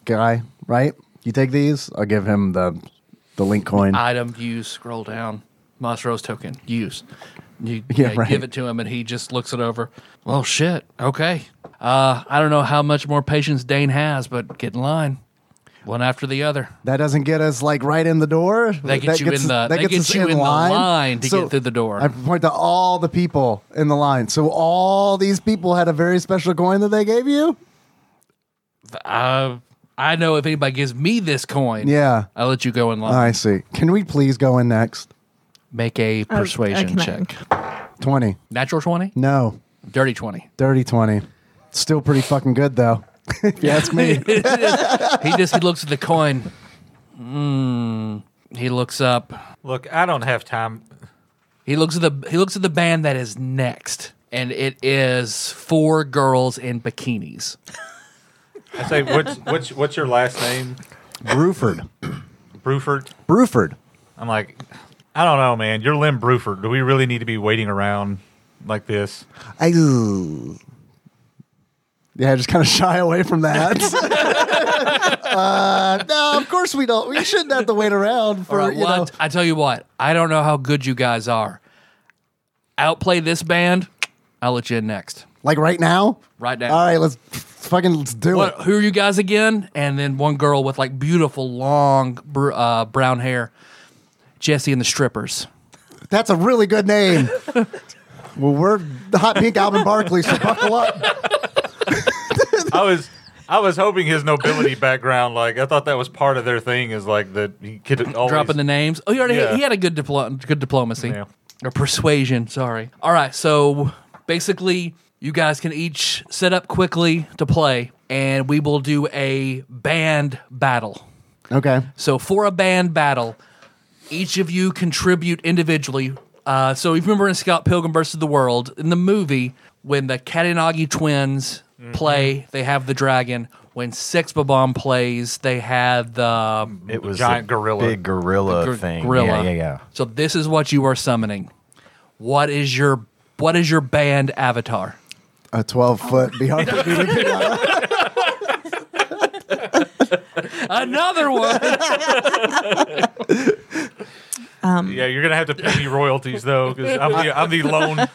guy. Right? You take these. I'll give him the the Link coin. item use scroll down moss rose token use you Yeah, yeah, right. give it to him and he just looks it over well shit okay uh, i don't know how much more patience dane has but get in line one after the other that doesn't get us like right in the door. That gets you in the- that gets us you in the line to get through the door. I point to all the people in the line. So all these people had a very special coin that they gave you. uh, i know if anybody gives me this coin Yeah. i'll let you go in line I see. Can we please go in next? make a persuasion okay. check Twenty. natural 20 No. dirty 20 Dirty 20. Still pretty fucking good, though. if you ask me. he just he looks at the coin mm, he looks up look. I don't have time. He looks at the he looks at the band that is next, and it is four girls in bikinis. I say, what's what's what's your last name, Bruford. Bruford? Bruford. I'm like, I don't know, man. You're Lynn Bruford. Do we really need to be waiting around like this? I, yeah, just kind of shy away from that. uh, no, of course we don't. We shouldn't have to wait around for, All right, you know. what? I tell you what, I don't know how good you guys are. Outplay this band. I'll let you in next. Like right now? Right now. All right, let's fucking let's do What, it. who are you guys again? And then one girl with like beautiful long br- uh, brown hair, Jesse and the strippers. That's a really good name. well, we're the Hot Pink Alvin Barkley, so buckle up. I was I was hoping his nobility background. Like, I thought that was part of their thing. Is like that he could always dropping the names. Oh, he already Yeah. he had a good diplo- good diplomacy Yeah. or persuasion. Sorry. All right, so basically, you guys can each set up quickly to play, and we will do a band battle. Okay. So for a band battle, each of you contribute individually. Uh, so if you remember in Scott Pilgrim versus the World, in the movie, when the Katanagi twins Mm-hmm. play, they have the dragon. When Six Babam plays, they had the It was giant a gorilla. big gorilla gor- thing. gorilla. Yeah, yeah, yeah. So this is what you are summoning. What is your what is your band avatar? A 12 foot behind. Another one. Yeah, you're gonna have to pay me royalties though, because I'm, the- I'm the lone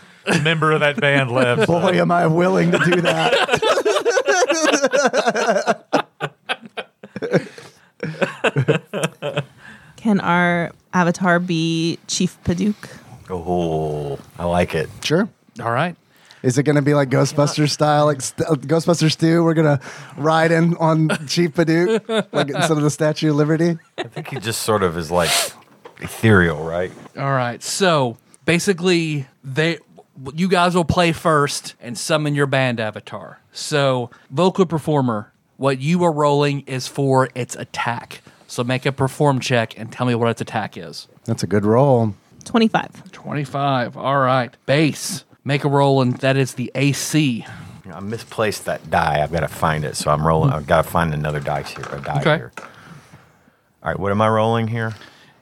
member of that band left. Boy, am I willing to do that. Can our avatar be Chief Paduk? Oh, I like it. sure. All right. Is it going to be like Ghostbusters style, like st- uh, Ghostbusters stew? We're going to ride in on Chief Paduke, like instead of the Statue of Liberty? I think he just sort of is like ethereal, right? All right. So basically, they you guys will play first and summon your band avatar. So vocal performer, what you are rolling is for its attack. So make a perform check and tell me what its attack is. That's a good roll. 25. Twenty-five. All right. Bass. Make a roll, and that is the AC. I misplaced that die. I've got to find it. So I'm rolling. I've got to find another dice here. A die Okay. here. All right. What am I rolling here?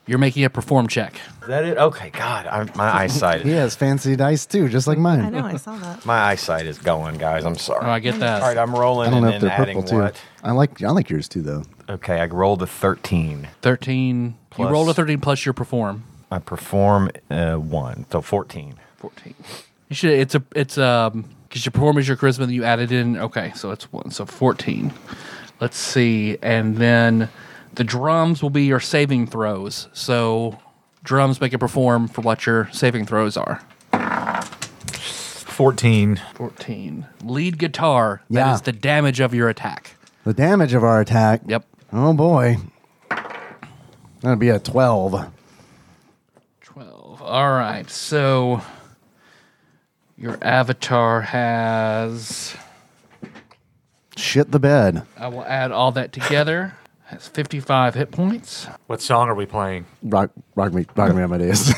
You're making a perform check. Is that it? Okay. God, I, my eyesight. He has fancy dice too, just like I mine. know, I saw that. My eyesight is going, guys. I'm sorry. Oh, I get All right. that. I'm rolling I don't know if and then they're adding purple too. what? I like I like yours too though. Okay. I rolled a 13. Thirteen. You Plus- rolled a thirteen plus your perform. I perform uh, one. So 14. Fourteen. You should. It's a. It's um. Because your perform is your charisma that you added in. Okay, so it's one. So fourteen. Let's see, and then the drums will be your saving throws. So drums make a perform for what your saving throws are. Fourteen. Fourteen. Lead guitar. That Yeah. is the damage of your attack. The damage of our attack. Yep. Oh boy. That'd be a 12. 12. All right. So your avatar has. Shit the bed. I will add all that together. Has 55 hit points. What song are we playing? Rock rock me rock me on my days.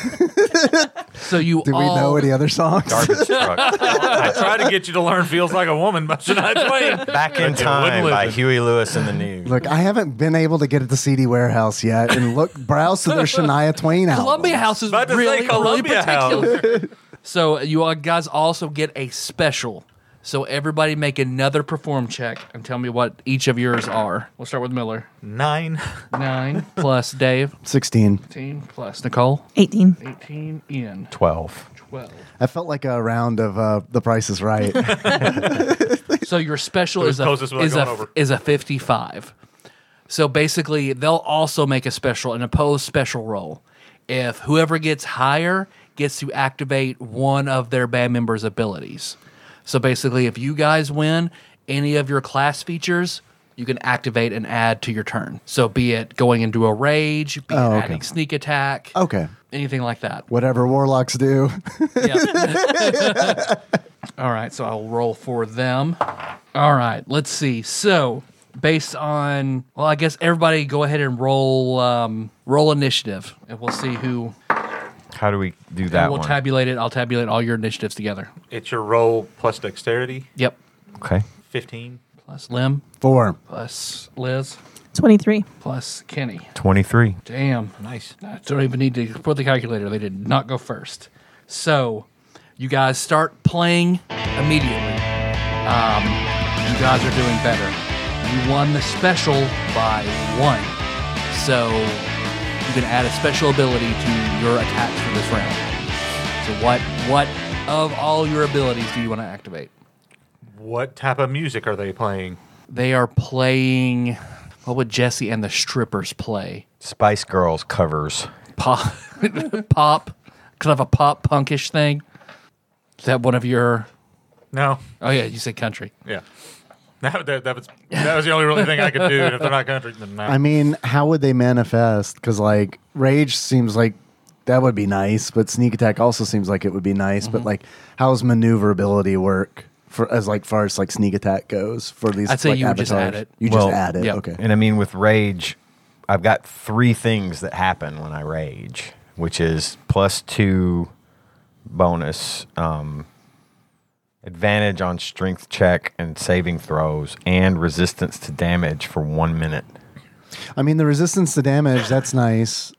So you Do we all, know any other songs? Garbage truck. I tried to get you to learn "Feels Like a Woman" by Shania Twain. Back But in you wouldn't time by listen. Huey Lewis and the News. Look, I haven't been able to get at the CD warehouse yet and look browse to their Shania Twain album. Columbia House is About to say really, really Columbia House. particular. so you all guys also get a special. So everybody make another perform check and tell me what each of yours are. We'll start with Miller. Nine. Nine plus Dave. 16. 15 plus Nicole. 18. 18 Ian. 12. 12. I felt like a round of uh, The Price is Right. So your special Who's is a closest without is going a, over? is a 55. So basically, they'll also make a special, an opposed special roll. If whoever gets higher gets to activate one of their band members' abilities. So basically, if you guys win any of your class features, you can activate and add to your turn. So be it going into a rage, be it Oh, okay. Oh. adding sneak attack, okay. anything like that. Whatever warlocks do. Yeah. All right, so I'll roll for them. All right, let's see. So based on well, I guess everybody go ahead and roll um, roll initiative, and we'll see who. How do we do that we'll one? tabulate it. I'll tabulate all your initiatives together. It's your roll plus dexterity. Yep. okay. Fifteen. Plus Lim, Four. plus Liz, 23. plus Kenny. 23. Damn. Nice. I don't even need to put the calculator. They did not go first. So, you guys start playing immediately. Um, you guys are doing better. You won the special by one. So, you can add a special ability to your attacks for this round. So, what what of all your abilities do you want to activate? What type of music are they playing? They are playing. What would Jesse and the strippers play? Spice Girls covers. pop, pop, kind of a pop punkish thing. Is that one of your? No. Oh yeah, you said country. Yeah. That, that, that was that was the only really thing I could do. And if they're not country, then nah. I mean, how would they manifest? Because, like, rage seems like that would be nice, but sneak attack also seems like it would be nice. But, like, how's maneuverability work? For as like far as like sneak attack goes for these, I'd say like, you would just avatars? add it. You Well, just add it. yeah. Okay. And I mean, with rage, I've got three things that happen when I rage, which is plus two bonus, um, advantage on strength check and saving throws, and resistance to damage for one minute. I mean, the resistance to damage that's nice.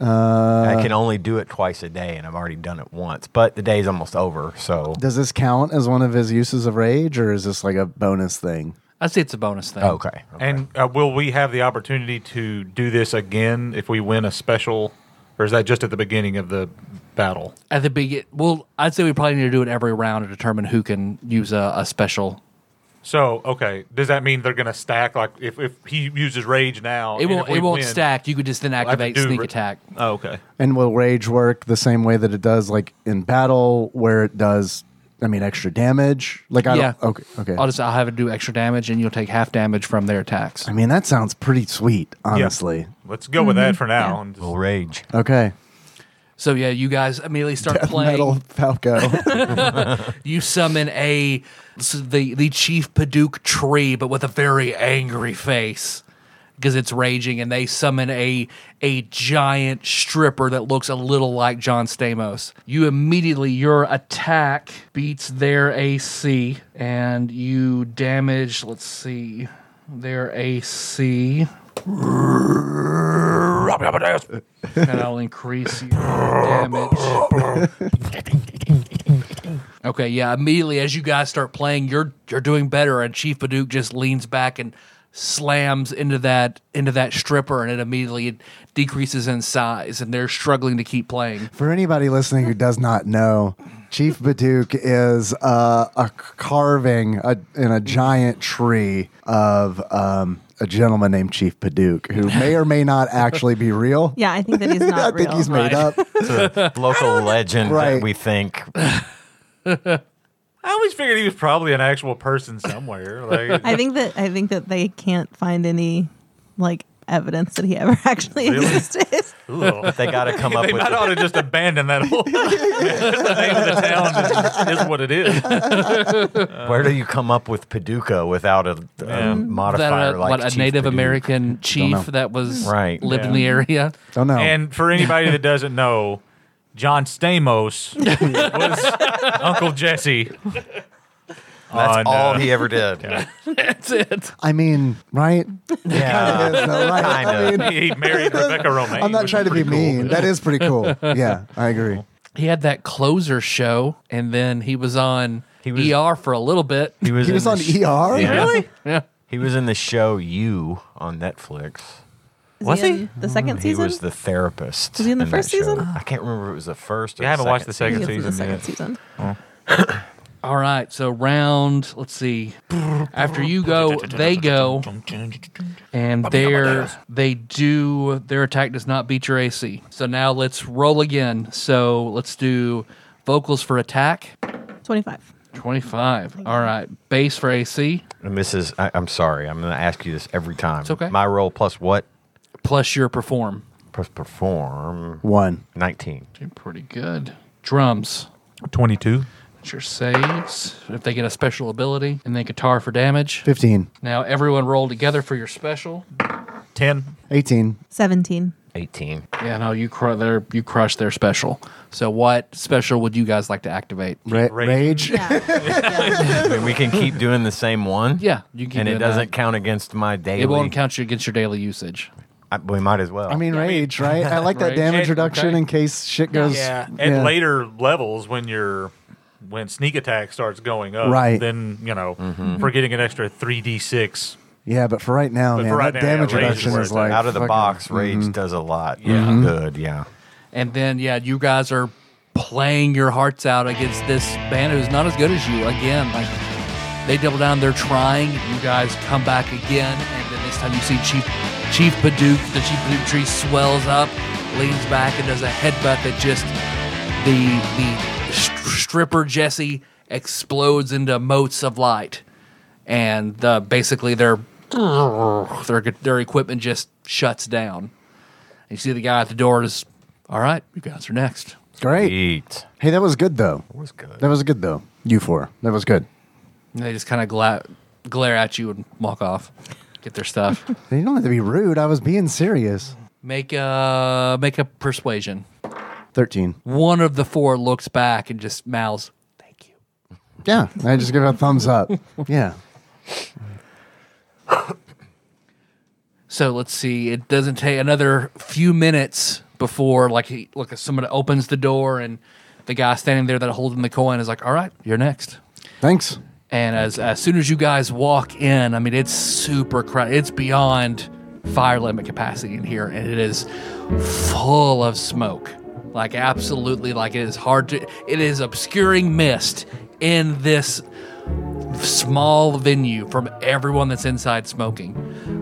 Uh, I can only do it twice a day, and I've already done it once, but the day's almost over. So Does this count as one of his uses of rage, or is this like a bonus thing? I I'd say it's a bonus Oh, thing. Okay. okay. And uh, will we have the opportunity to do this again if we win a special, or is that just at the beginning of the battle? At the begin, well, I'd say we probably need to do it every round to determine who can use a, a special. So okay, does that mean they're going to stack? Like if, if he uses rage now, It Oh, and won't. if we It won't win- stack. You could just then have to activate do sneak re- attack. Oh, okay. And will rage work the same way that it does, like in battle, where it does? I mean, extra damage. Like I yeah. don't. Okay. Okay. I'll just I'll have it do extra damage, and you'll take half damage from their attacks. I mean, that sounds pretty sweet, honestly. Let's go with that for now. and just- Will rage. Okay. So yeah, you guys immediately start playing. Metal Falco. You summon a s- the the chief Paduke tree, but with a very angry face because it's raging, and they summon a a giant stripper that looks a little like John Stamos. You immediately your attack beats their AC, and you damage. Let's see, their AC. and I'll increase your damage. Okay, yeah. Immediately as you guys start playing, you're you're doing better, and Chief Baduke just leans back and slams into that into that stripper, and it immediately decreases in size, and they're struggling to keep playing. For anybody listening who does not know, Chief Badook is uh, a carving a, in a giant tree of um, a gentleman named Chief Badook, who may or may not actually be real. Yeah, I think that he's not I think real. he's made Right. up. Local legend Right. that we think. I always figured he was probably an actual person somewhere. Like, I think that I think that they can't find any like evidence that he ever actually Really? existed. ooh. They got to come up They with. might the- ought to just abandon that whole That's the name of the town. Is what it is. where do you come up with Paducah without a, a Yeah. modifier That a, like what, a Chief Native Paducah? American chief know. that was Right. lived in Yeah. the area. Don't know. And for anybody that doesn't know, John Stamos was Uncle Jesse. That's on, all uh, he ever did. That's it. I mean, right? Yeah. It is, though, right? I Kinda. mean, he married Rebecca Romaine. I'm not which trying is to be pretty cool. mean. That is pretty cool. Yeah, I agree. He had that closer show, and then he was on He was- ER for a little bit. He was, He in was the on E- sh- ER. Yeah. Really? Yeah. He was in the show You on Netflix. Is Was in he? the second He season? was the therapist. Was he in the that first show. season? I can't remember if it was the first. Or Yeah, I haven't watched the He second was in the season second yet. season. All right. So round. Let's see. After you go, they go. and their they do their attack does not beat your AC. So now let's roll again. So let's do vocals for attack. Twenty five. Twenty five. All right. Bass for AC And this is. I, I'm sorry. I'm going to ask you this every time. It's okay. My role plus what plus your perform. plus perform One. nineteen. Did pretty good. Drums. 22. That's your saves. If they get a special ability, and then guitar for damage. 15. Now everyone roll together for your special. 10. 18. Seventeen. 18. Yeah, no, you cru- their you crush their special. So what special would you guys like to activate? Ra- Rage. rage. I mean, we can keep doing the same one. Yeah, you can. And it doesn't count against my daily. It won't count you against your daily usage. I, we might as well. I mean, rage, right? I like that Rage. damage And- reduction okay. in case shit goes. Yeah. At yeah. later levels, when you're when sneak attack starts going up, Right. then you know we're getting an extra three d six. Yeah, but for right now, But man, for right that now, yeah, damage rage is reduction where is it's at. like out of the fucking- mm-hmm. box, rage does a lot. Yeah. Good. Yeah. And then, yeah, you guys are playing your hearts out against this band who's not as good as you. Again, like they double down, they're trying. You guys come back again, and then this time you see Chief Chief Paduke. The Chief Paduke tree swells up, leans back, and does a headbutt that just the the str- stripper Jesse explodes into motes of light, and uh, basically their their their equipment just shuts down. You see the guy at the door is, all right, you guys are next. Great. Eat. Hey, that was good though. was good. That was good though. You four. That was good. And they just kind of gla- glare at you and walk off, get their stuff. You don't have to be rude. I was being serious. make a make a persuasion. Thirteen. One of the four looks back and just mouths, "Thank you." Yeah, I just give it a thumbs up. Yeah. So let's see. It doesn't take another few minutes before like he, like someone opens the door and the guy standing there that holding the coin is like, "All right, you're next." Thanks. And as as soon as you guys walk in, I mean, it's super crowded. It's beyond fire limit capacity in here, and it is full of smoke. Like absolutely, like it is hard to. It is obscuring mist in this small venue from everyone that's inside smoking.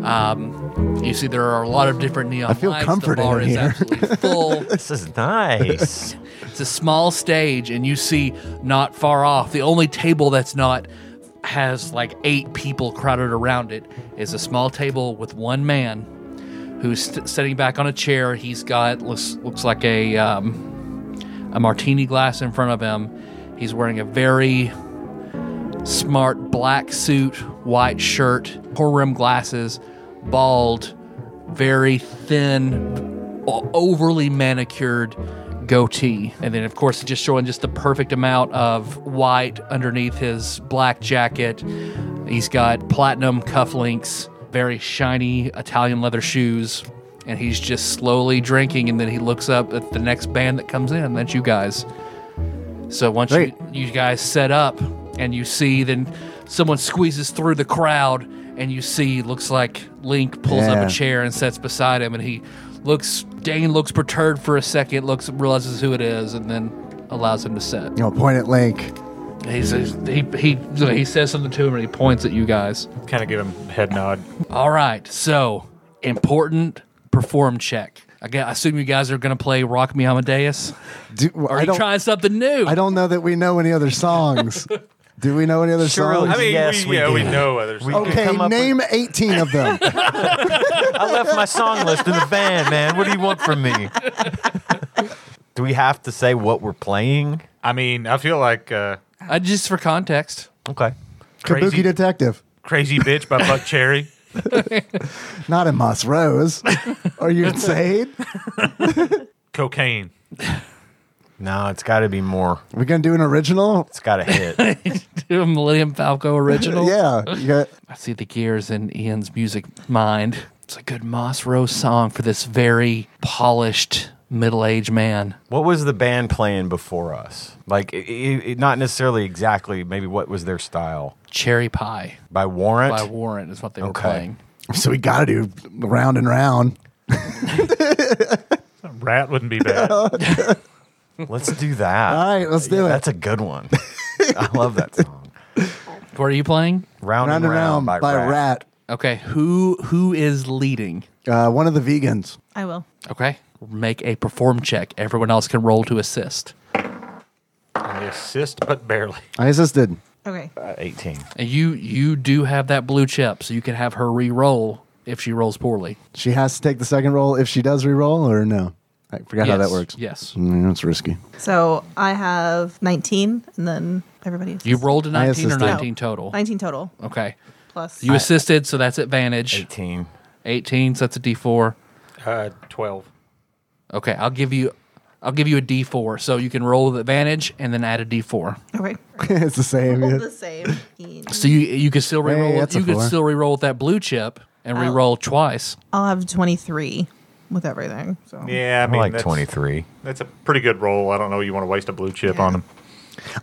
Um, you see, there are a lot of different neon. I feel lights. comforted The bar in is here. absolutely full. This is nice. It's a small stage, and you see not far off the only table that's not has like eight people crowded around it is a small table with one man who's st- sitting back on a chair. He's got looks looks like a um, a martini glass in front of him. He's wearing a very smart black suit, white shirt, poor rim glasses, bald, very thin, o- overly manicured goatee. And then, of course, just showing just the perfect amount of white underneath his black jacket. He's got platinum cufflinks, very shiny Italian leather shoes. And he's just slowly drinking, and then he looks up at the next band that comes in. That's you guys. So once Great. you, you guys set up and you see, then someone squeezes through the crowd and you see, looks like Link pulls up Yeah. a chair and sits beside him and he looks, Dane looks perturbed for a second, looks, realizes who it is and then allows him to sit. You know, point at Link. He says, he, he, he says something to him and he points at you guys. Kind of give him a head nod. All right, so important perform check. I gue- I assume you guys are going to play Rock Me Amadeus. Do, Are I you don't. trying something new? I don't know that we know any other songs. Do we know any other Surely. songs? I mean, Yes, we, we yeah, we do. know others. We- Okay. could okay, come up with- name 18 of them. I left my song list in the van, man. What do you want from me? do we have to say what we're playing? I mean, I feel like uh, I, just for context. Okay. Crazy. Kabuki Detective. "Crazy Bitch" by Buck Cherry. Not in Moss Rose. Are you insane? Cocaine. No, it's got to be more. We're going to do an original? It's got to hit. Do a Millennium Falco original. Yeah. You got, I see the gears in Ian's music mind. It's a good Moss Rose song for this very polished middle aged man. what was the band playing before us? Like, i i i- not necessarily exactly. Maybe what was their style? Cherry Pie By Warrant. by Warren is what they were Okay. playing. so we got to do round and round. Rat wouldn't be bad. Let's do that. All right, let's do it. That's a good one. I love that song. What are you playing? Round, Round and round, by, Rat. Okay, who who is leading? Uh, one of the vegans. I will. Okay, make a perform check. Everyone else can roll to assist. I assist, but barely. I assisted. Okay. Uh, 18. And you you do have that blue chip, so you can have her re-roll if she rolls poorly. She has to take the second roll if she does re-roll or no. I forgot how Yes, that works. Yes, Mm, that's risky. So I have 19, and then everybody. you rolled a I nineteen or assisted. nineteen total. 19 total Okay, plus. you assisted, so that's advantage. 18. 18 so that's a d4 Uh, Twelve. okay i'll give you i'll give you a d4 so you can roll with advantage and then add a d4 okay. it's the same. Roll yeah. the same. so you you can still Hey, re-roll that's a you can four. still re-roll with that blue chip and Oh. re-roll twice I'll have 23 with everything. So Yeah, I I'm mean, like that's, 23. That's a pretty good roll. I don't know. You want to waste a blue chip Yeah. on him?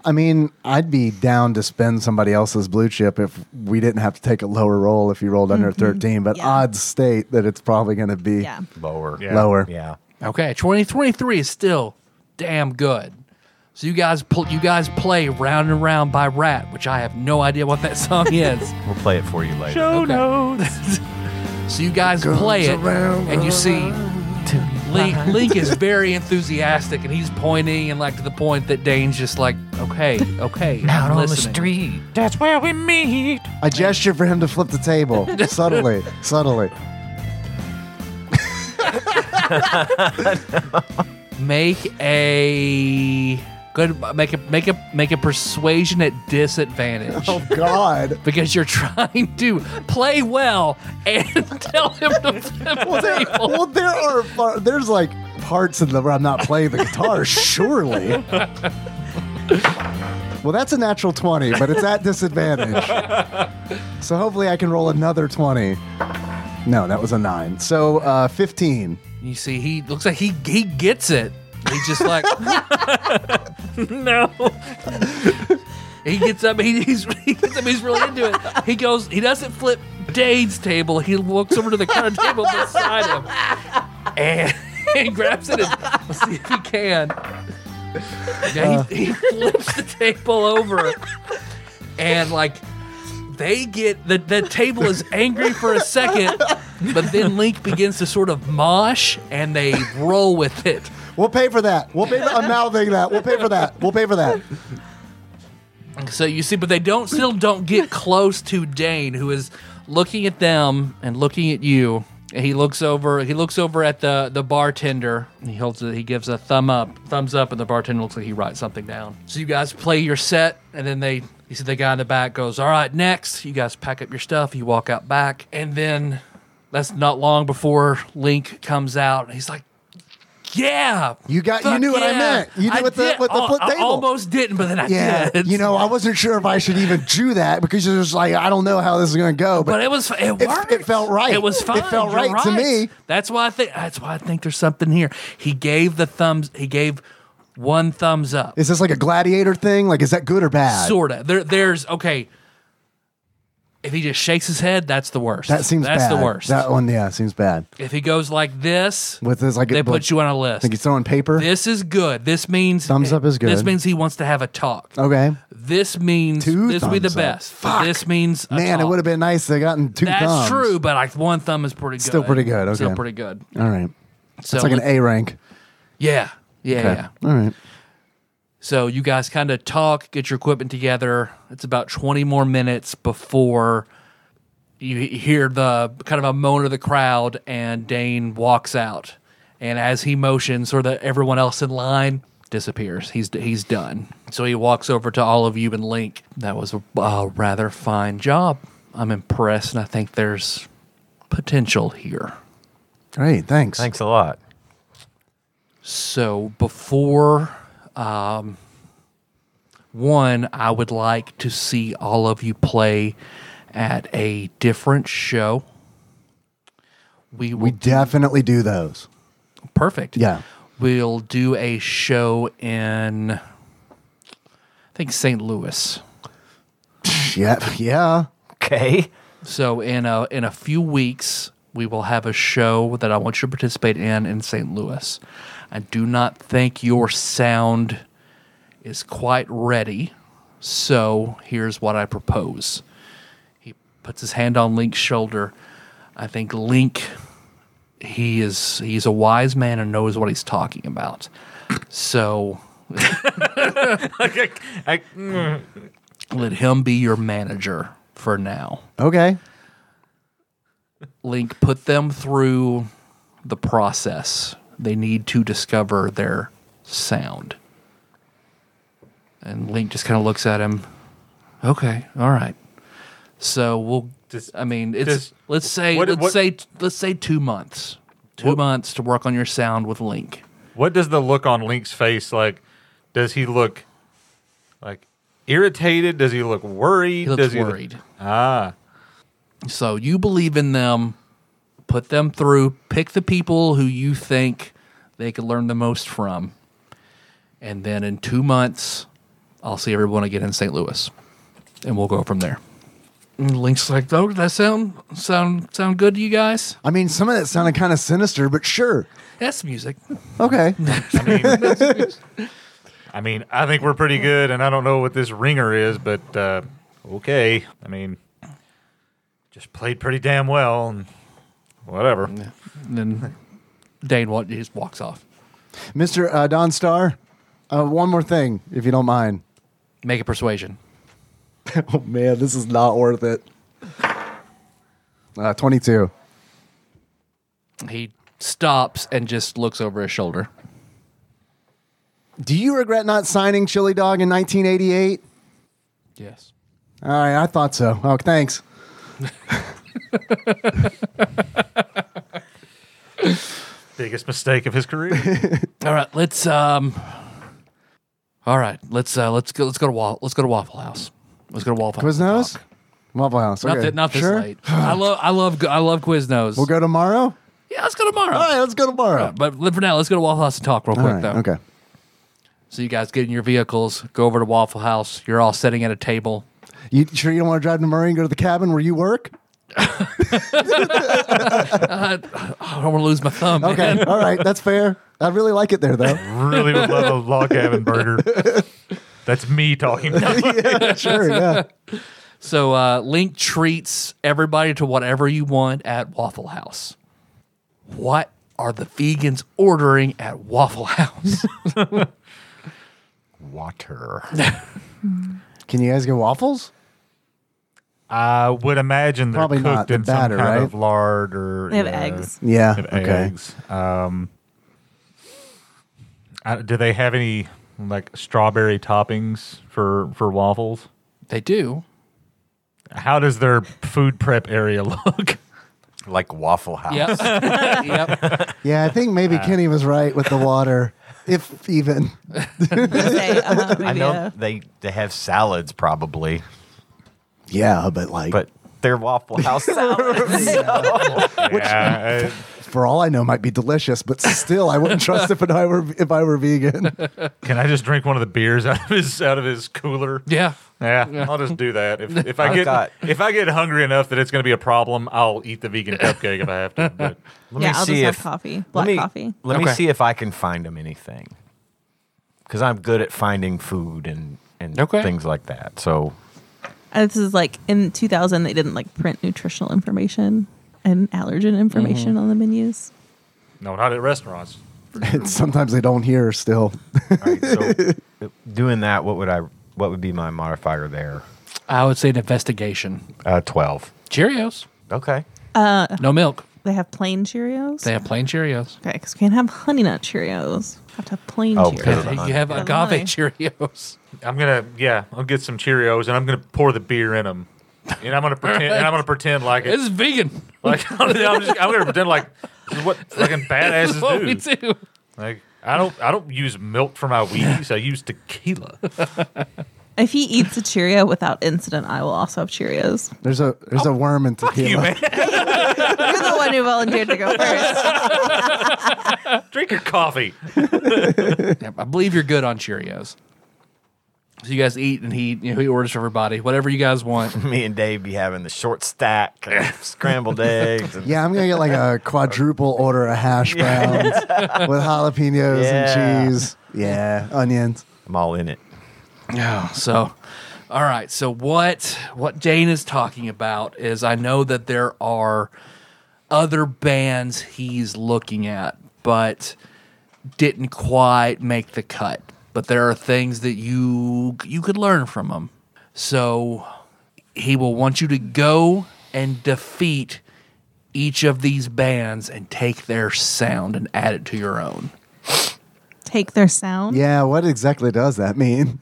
I mean, I'd be down to spend somebody else's blue chip if we didn't have to take a lower roll if you rolled under 13, but Mm-hmm. Yeah. odds state that it's probably going to be yeah. Lower. Yeah. lower. Yeah. okay 20 23 is still damn good so you guys pl- you guys play round and round by rat which i have no idea what that song is We'll play it for you later. Oh Okay. so you guys play it, and you see Link, Link is very enthusiastic, and he's pointing, and like to the point that Dane's just like, okay, okay, out street. That's where we meet. I gesture for him to flip the table subtly, subtly. Make a good, make a make a make a persuasion at disadvantage. Oh God! Because you're trying to play well and tell him to flip Well, there, people. well, there are par- there's like parts in the where I'm not playing the guitar. Surely. Well, that's a natural 20, but it's at disadvantage. so hopefully I can roll another 20. No, that was a 9. So uh, 15. You see, he looks like he he gets it. He's just like, no. He gets up. He, he's he gets up, he's really into it. He goes. He doesn't flip Dade's table. He looks over to the counter table beside him and he grabs it and let's see if he can. Yeah, he, he flips the table over and like they get the, the table is angry for a second, but then Link begins to sort of mosh and they roll with it. We'll pay for that. We'll pay. For, I'm mouthing that. We'll pay for that. We'll pay for that. So you see, but they don't still don't get close to Dane, who is looking at them and looking at you. And he looks over. He looks over at the the bartender. He holds. it. He gives a thumb up, thumbs up, and the bartender looks like he writes something down. So you guys play your set, and then they. You see the guy in the back goes, "All right, next." You guys pack up your stuff. You walk out back, and then that's not long before Link comes out. and He's like, "Yeah, You got- you fuck knew what I yeah." meant. You knew I with the- did. with the Al- flip I table." almost didn't, but then I Yeah, did. you know, I wasn't sure if I should even do that because you're just like, I don't know how this is going to go. But, But it was it it worked. felt right. It was It fine. felt You're right to me. That's why I think that's why I think there's something here. He gave the thumbs he gave one thumbs up. is this like a gladiator thing? Like, is that good or bad? Sorta. There there's okay. If he just shakes his head, that's the worst. that seems that's bad. the worst. That one, yeah, seems bad. if he goes like this, With this, like, they it- put you on a list. Like he's throwing paper. this is good. This means Thumbs up is good. This means he wants to have a talk. okay, This means Two this will be the thumbs up. best. Fuck. This means a man, it talk. would have been nice. They gotten two That's thumbs. true, but like one thumb is pretty good. Still pretty good, Still okay. pretty good. All right, So it's like an A rank. Yeah. Yeah. Okay. yeah. All right. So you guys kind of talk, get your equipment together. It's about 20 more minutes before you he- hear the kind of a moan of the crowd, and Dane walks out. And as he motions, sort of everyone else in line disappears. He's he's done. So he walks over to all of you and Link. That was a uh, rather fine job. I'm impressed, and I think there's potential here. Great. Thanks. Thanks a lot. So before um, one, I would like to see all of you play at a different show. We will We definitely do those. perfect. Yeah. we'll do a show in I think St. Louis. Yeah. Yeah. Okay. So in a in a few weeks, we will have a show that I want you to participate in in St. Louis. I do not think your sound is quite ready, so here's what I propose. He puts his hand on Link's shoulder. I think Link he is he's a wise man and knows what he's talking about. So I, mm, let him be your manager for now. Okay. Link put them through the process. They need to discover their sound. And Link just kind of looks at him. Okay, all right. So we'll. Does- I mean, it's does- let's say what- let's what- say let's say two months. Two months to work on your sound with Link. what does the look on Link's face like? Does he look like irritated? Does he look worried? He looks does look- worried. ah, So you believe in them, put them through, pick the people who you think they could learn the most from. And then in two months, I'll see everyone again in St. Louis. And we'll go from there. And Link's like, oh, that sound sound sound good to you guys? I mean, some of that sounded kind of sinister, but sure. That's music. Okay. I mean, I mean, I think we're pretty good, and I don't know what this ringer is, but uh, okay. I mean, just played pretty damn well, and whatever. And then Dane wa- he just walks off. Mr. Uh, Don Star, uh, one more thing, if you don't mind. Make a persuasion. Oh, man, this is not worth it. Uh, 22. He stops and just looks over his shoulder. Do you regret not signing Chili Dog in 1988? Yes. All right, I thought so. Oh, thanks. Biggest mistake of his career. All right, let's um. All right, let's uh, let's go. Let's go to Wa- Let's go to Waffle House. Let's go to Waffle House. and Quiznos? talk. Waffle House. Not okay. that. Not this sure? late. I love. I love. I love Quiznos. We'll go tomorrow? yeah, let's go tomorrow. All right, let's go tomorrow. But for now, let's go to Waffle House and talk real All quick right, though. okay. So you guys get in your vehicles, go over to Waffle House. You're all sitting at a table. You sure you don't want to drive to Murray and go to the cabin where you work? I don't want to lose my thumb. man. Okay, all right, that's fair. I really like it there though. Really would love a log cabin burger. That's me talking. Sure, yeah. So uh, Link treats everybody to whatever you want at Waffle House. What are the vegans ordering at Waffle House? Water. Can you guys get waffles? I would imagine they're Probably cooked not. The in batter, some kind right? of lard or They have yeah, eggs. Yeah. and Okay. eggs. Um, I- do they have any like strawberry toppings for for waffles? they do. How does their food prep area look? Like Waffle House. Yep. yep. Yeah, I think maybe Kenny was right with the water, if even. Say, uh, I maybe know a- they, they have salads probably, Yeah, but like, but they're Waffle House salads. yeah, for all I know, might be delicious. But still, I wouldn't trust if I were if I were vegan. I- can I just drink one of the beers out of his out of his cooler? Yeah. Yeah, I'll just do that. If, if I I've get got- if I get hungry enough that it's going to be a problem, I'll eat the vegan cupcake if I have to. But Let yeah, me I'll see just have if- coffee, Let black me, coffee. Let me Okay. see if I can find them anything. Because I'm good at finding food and, and Okay. things like that. So Uh, This is like in 2000, they didn't like print nutritional information and allergen information on the menus. no, not at restaurants. Sometimes they don't hear. Still, All right, so doing that, what would I? What would be my modifier there? I would say an investigation. Uh, Twelve. Cheerios. Okay. No milk. They have plain Cheerios. They have plain Cheerios. okay, because we can't have honey nut Cheerios. Have to have plain Oh, Cheerios. okay. Because of the honey. You have Because of agave the honey. Cheerios. I'm gonna yeah, I'll get some Cheerios and I'm gonna pour the beer in them, and I'm gonna pretend and I'm gonna pretend like This it. is vegan. Like I'm, just, I'm gonna pretend like this is what fucking This is what we badasses do. do. Like I don't I don't use milk for my Wheaties. I use tequila. If he eats a Cheerio without incident, I will also have Cheerios. there's a there's a worm in tequila. you man, You're the one who volunteered to go first. drink your coffee. Yeah, I believe you're good on Cheerios. So you guys eat, and he you know, he orders for everybody whatever you guys want. Me and Dave be having the short stack, and scrambled eggs. And Yeah, I'm gonna get like a quadruple order of hash browns with jalapenos Yeah. and cheese. Yeah, onions. I'm all in it. Yeah. So, all right. So what what Jane is talking about is I know that there are other bands he's looking at, but didn't quite make the cut. But there are things that you you could learn from him. So he will want you to go and defeat each of these bands and take their sound and add it to your own. Take their sound. Yeah, what exactly does that mean?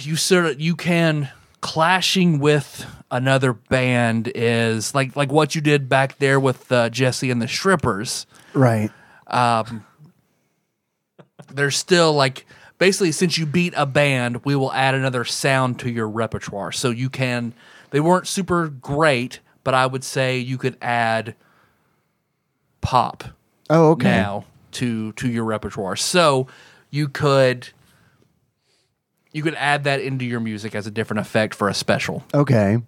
you sort of you can clashing with another band is like like what you did back there with uh, Jesse and the Strippers. right. There's still like basically since you beat a band, we will add another sound to your repertoire. So you can they weren't super great, but I would say you could add pop Oh, okay. now to to your repertoire. So you could you could add that into your music as a different effect for a special. Okay.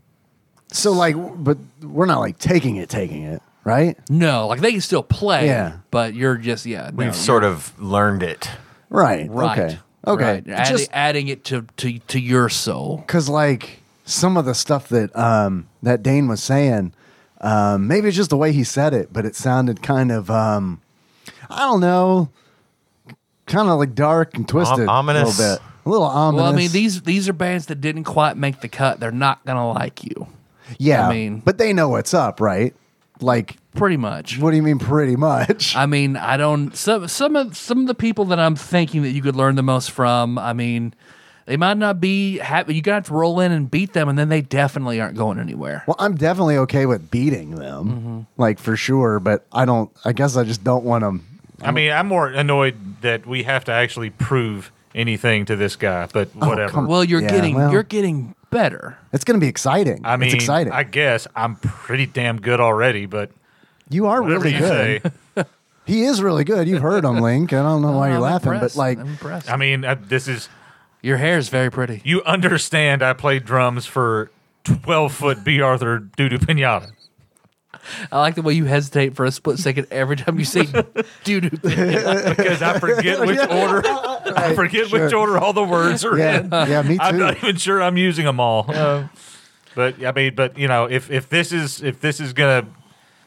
So like, but we're not like taking it, taking it, right? No, like they can still play. Yeah. But you're just yeah. no, We've sort of learned it. Right. right. Okay. Okay. Right. Add- Just adding it to, to to your soul. because like some of the stuff that um that Dane was saying, um maybe it's just the way he said it, but it sounded kind of um I don't know, kind of like dark and twisted, ominous. a little bit, a little ominous. Well, I mean these these are bands that didn't quite make the cut. They're not gonna like you, yeah, I mean- but they know what's up, right? Like, pretty much. what do you mean, pretty much? I mean, I don't some some of some of the people that I'm thinking that you could learn the most from. I mean, they might not be happy. You gotta have to roll in and beat them, and then they definitely aren't going anywhere. Well, I'm definitely okay with beating them, Mm-hmm. like for sure. But I don't. I guess I just don't want them. I mean, I'm more annoyed that we have to actually prove anything to this guy. But whatever. come- Well, you're Yeah, getting well. you're getting better. It's going to be exciting. I mean, it's exciting. I guess I'm pretty damn good already. But you are whatever Oh, really you good. say, He is really good. You've heard him, Link. I don't know why you're I'm laughing, impressed. but like, I'm impressed. I mean, uh, this is Your hair is very pretty. you understand. I played drums for twelve foot B. Arthur Dudu Pinata. I like the way you hesitate for a split second every time you say doo because I forget which order. I forget which order all the words are yeah, in. yeah, me I'm too. not even sure I'm using them all. Uh, but I mean, but you know, if if this is if this is gonna,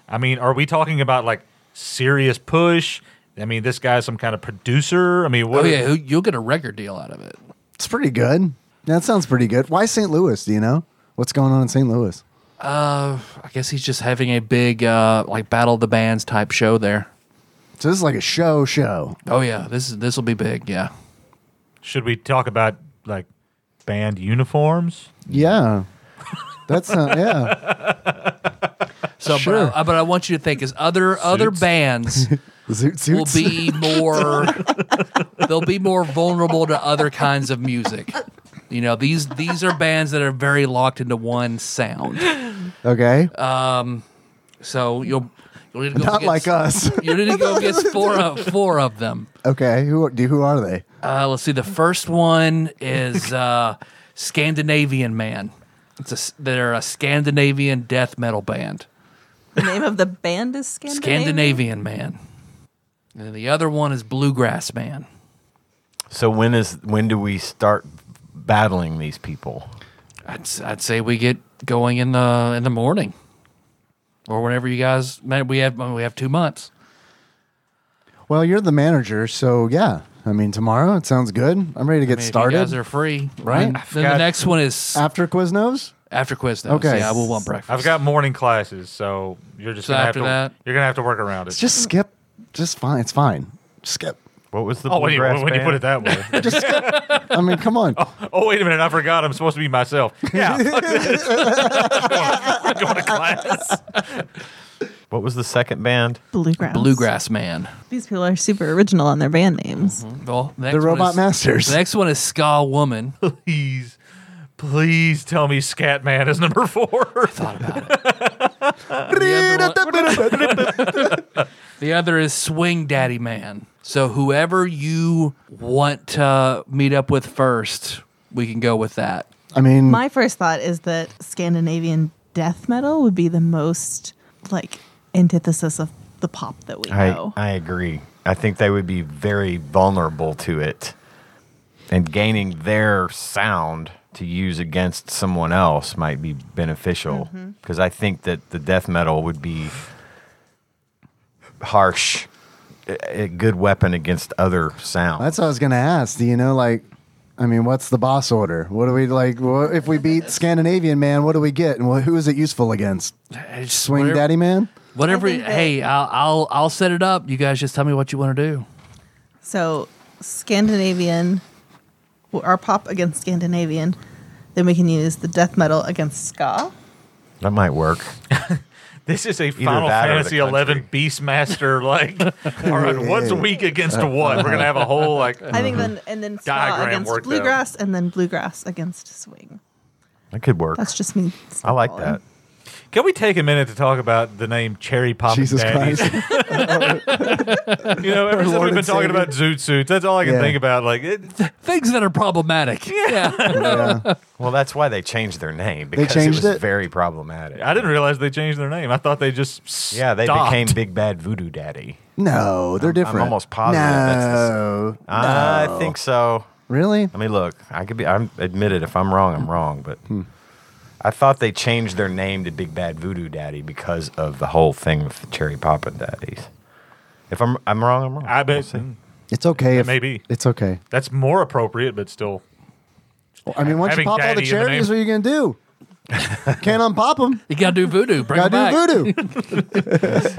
I mean, are we talking about like serious push? I mean, this guy's some kind of producer. I mean, Oh what? yeah, who- you'll get a record deal out of it. It's pretty good. That sounds pretty good. Why St. Louis? Do you know what's going on in St. Louis? Uh, I guess he's just having a big uh, like battle of the bands type show there. So this is like a show show. Oh yeah, this is this will be big. Yeah, Should we talk about like band uniforms? Yeah. That's not, yeah. So, Sure. but, I, but I want you to think is other other bands Zoot will suits. be more they'll be more vulnerable to other kinds of music. You know, these these are bands that are very locked into one sound. okay. So you'll you'll need to go not uh, get, like us. you'll need to go get four of four of them. okay. Who do who are they? Uh, let's see. The first one is uh, Scandinavian Man. It's a s they're a Scandinavian death metal band. The name of the band is Scandinavian. Scandinavian Man. And the other one is Bluegrass Man. So when is when do we start battling these people? I'd, s- I'd say we get going in the in the morning, or whenever you guys. Man, we have we have two months. Well, you're the manager, so yeah. I mean, tomorrow it sounds good. I'm ready to get I mean, if started. you guys are free, Right. right? Then the got- next one is After Quiznos? after Quiznos. Okay. yeah, I will want breakfast. I've got morning classes, so you're just So gonna after have to that- you're gonna have to work around it. Just skip. Just fine. It's fine. Skip. What was the oh, when, you, bluegrass when you band? put it that way. Just skip. I mean, come on. oh, wait a minute, I forgot. I'm supposed to be myself. Yeah, fuck this. We're going to class. What was the second band? Bluegrass. Bluegrass Man. These people are super original on their band names. Mm-hmm. Well, the next The one Robot is- Masters. The next one is Ska Woman. please, please tell me Scatman is number four. The other, one- the other is Swing Daddy Man. So whoever you want to meet up with first, we can go with that. I mean, My first thought is that Scandinavian death metal would be the most like antithesis of the pop that we I, know. I agree. I think they would be very vulnerable to it and gaining their sound to use against someone else might be beneficial because I think that the death metal would be harsh, a a good weapon against other sounds. that's what I was going to ask. Do you know, like, I mean, what's the boss order? What do we like? What, if we beat Scandinavian Man, what do we get? And wh- who is it useful against? It's just Swing whatever- Daddy Man? Whatever. I think that- hey, I'll, I'll I'll set it up. You guys just tell me what you want to do. so Scandinavian well, our pop against Scandinavian. Then we can use the death metal against ska. that might work. This is a Final that or the Fantasy country. Eleven Beastmaster. Like, all right, what's weak against what? We're gonna have a whole like. I think Mm-hmm. then and then ska Diagram against worked out. bluegrass and then bluegrass against swing. That could work. That's just me. I like spitballing. that. Can we take a minute to talk about the name Cherry Pop? Jesus Daddies? Christ. You know, ever since Lord we've been and Savior. talking about zoot suits, that's all I can Yeah. think about. Like, it, Things that are problematic. Yeah. yeah. Well, that's why they changed their name because changed it was it? very problematic. I didn't realize they changed their name. I thought they just yeah, they stopped. became Big Bad Voodoo Daddy. No, they're I'm different. almost positive that's the- Ah. No. I think so. Really? I mean, look, I could be. I'm admitted if I'm wrong, I'm wrong. But I thought they changed their name to Big Bad Voodoo Daddy because of the whole thing with the Cherry Poppin' Daddies. If I'm I'm wrong, I'm wrong. I We'll bet see. It's okay. If, Maybe. It's okay. that's more appropriate, but still. I mean, once you Having pop all daddy the in the charities, what name. are you going to do? Can't unpop them. you gotta do voodoo. Bring it back. Gotta do voodoo.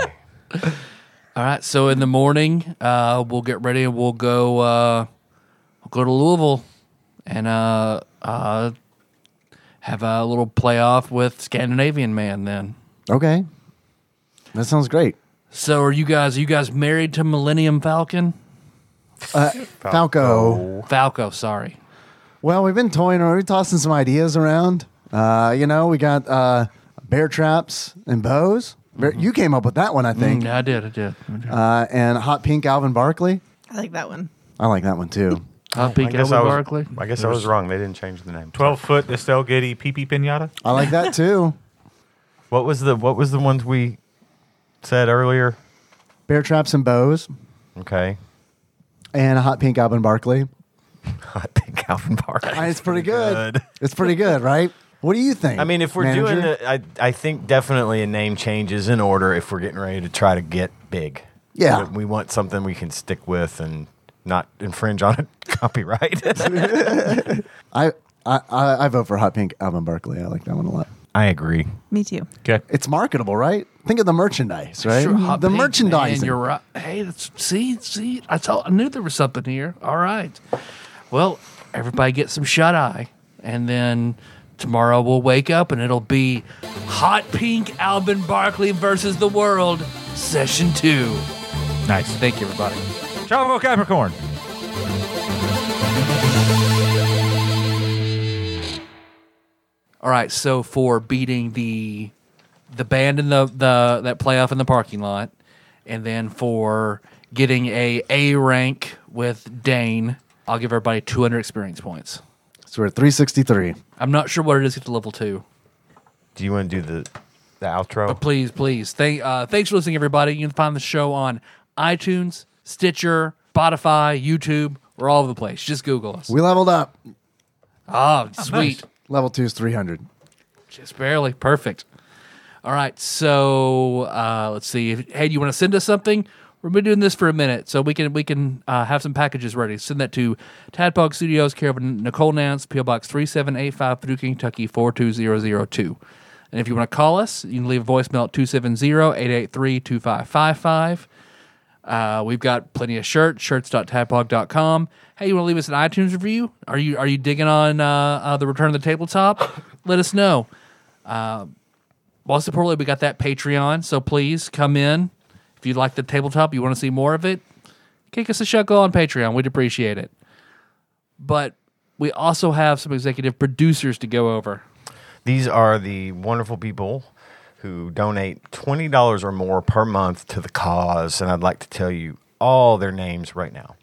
All right. So in the morning, uh, we'll get ready and we'll go. Uh, we'll go to Louisville and uh, uh, have a little playoff with Scandinavian Man. Then. okay. That sounds great. So are you guys? Are you guys married to Millennium Falcon? Uh, Falco. Falco. Sorry. Well, we've been toying around. We're tossing some ideas around. Uh, you know, we got uh, bear traps and bows. Ver- You came up with that one, I think. Yeah, Mm, I did. I did. Uh, and hot pink Alvin Barkley. I like that one. I like that one too. I peek guess Alvin I was, Barkley. I guess I was wrong. They didn't change the name. 12 foot Estelle Getty pee pee pinata. I like that too. What was the What was the ones we said earlier? Bear traps and bows, Okay, and hot pink Alvin Barkley. I think Alvin Barkley. Uh, It's pretty good. good. It's pretty good, right? What do you think? I mean, if we're manager? doing, the, I I think definitely a name change is in order if we're getting ready to try to get big. Yeah. we, we want something we can stick with and not infringe on a copyright. I, I I I vote for hot pink Alvin Barkley. I like that one a lot. I agree. Me too. Okay. It's marketable, right? Think of the merchandise, right? Sure, hot the pink, merchandise. Man, you're right. Hey, that's, see, see, I told, I knew there was something here. All right. Well, everybody get some shut eye, and then tomorrow we'll wake up and it'll be hot pink Alvin Barkley versus the world, session two. Nice. Thank you, everybody. Tropical Capricorn. All right, so for beating the the band in the, the that playoff in the parking lot, and then for getting a A rank with Dane, I'll give everybody 200 experience points. So we're at 363. I'm not sure what it is to get to level two, Do you want to do the the but outro? please, please, thank uh, thanks for listening, everybody. You can find the show on iTunes, Stitcher, Spotify, YouTube. We're all over the place. Just Google us. We leveled up. Oh, sweet. Level two is 300. Just barely. Perfect. All right. So uh, let's see. If, hey, you want to send us something? We've been doing this for a minute, so we can we can uh, have some packages ready. Send that to Tadpog Studios, care of Nicole Nance, PO Box three seven eight five, Paducah, Kentucky four two zero zero two. And if you want to call us, you can leave a voicemail at 270-883-2555. Uh, we've got plenty of shirts, shirts.tadpog.com. Hey, you want to leave us an iTunes review? Are you are you digging on uh, uh, the Return of the Tabletop? Let us know. Most importantly, we got that Patreon. So please come in. If you like the tabletop, you want to see more of it, kick us a shuckle on Patreon. We'd appreciate it. But we also have some executive producers to go over. These are the wonderful people who donate twenty dollars or more per month to the cause, and I'd like to tell you all their names right now.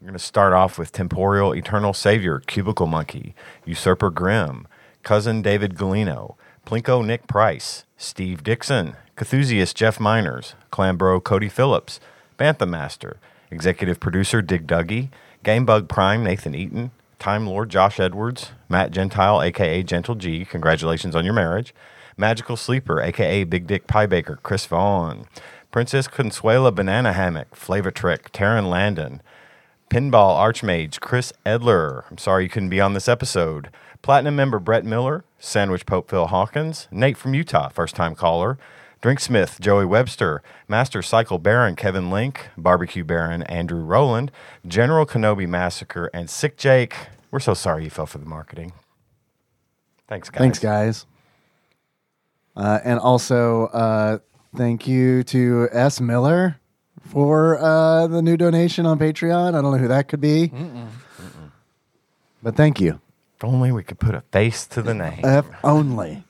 We're going to start off with Temporal Eternal Savior, Cubicle Monkey, Usurper Grimm, Cousin David Galeno, Plinko Nick Price, Steve Dixon, Cthusiast Jeff Miners, Clambro Cody Phillips, Bantha Master, Executive Producer Dig Dougie, Gamebug Prime Nathan Eaton, Time Lord Josh Edwards, Matt Gentile, aka Gentle G, congratulations on your marriage, Magical Sleeper, aka Big Dick Pie Baker, Chris Vaughn, Princess Consuela Banana Hammock, Flavor Trick, Taryn Landon, Pinball Archmage Chris Edler. I'm sorry you couldn't be on this episode. Platinum member Brett Miller, Sandwich Pope Phil Hawkins, Nate from Utah, first time caller, Drink Smith Joey Webster, Master Cycle Baron Kevin Link, Barbecue Baron Andrew Rowland, General Kenobi Massacre, and Sick Jake. We're so sorry you fell for the marketing. Thanks, guys. Thanks, guys. Uh, and also, uh, thank you to S. Miller for uh, the new donation on Patreon. I don't know who that could be, but thank you. If only we could put a face to the name. F only.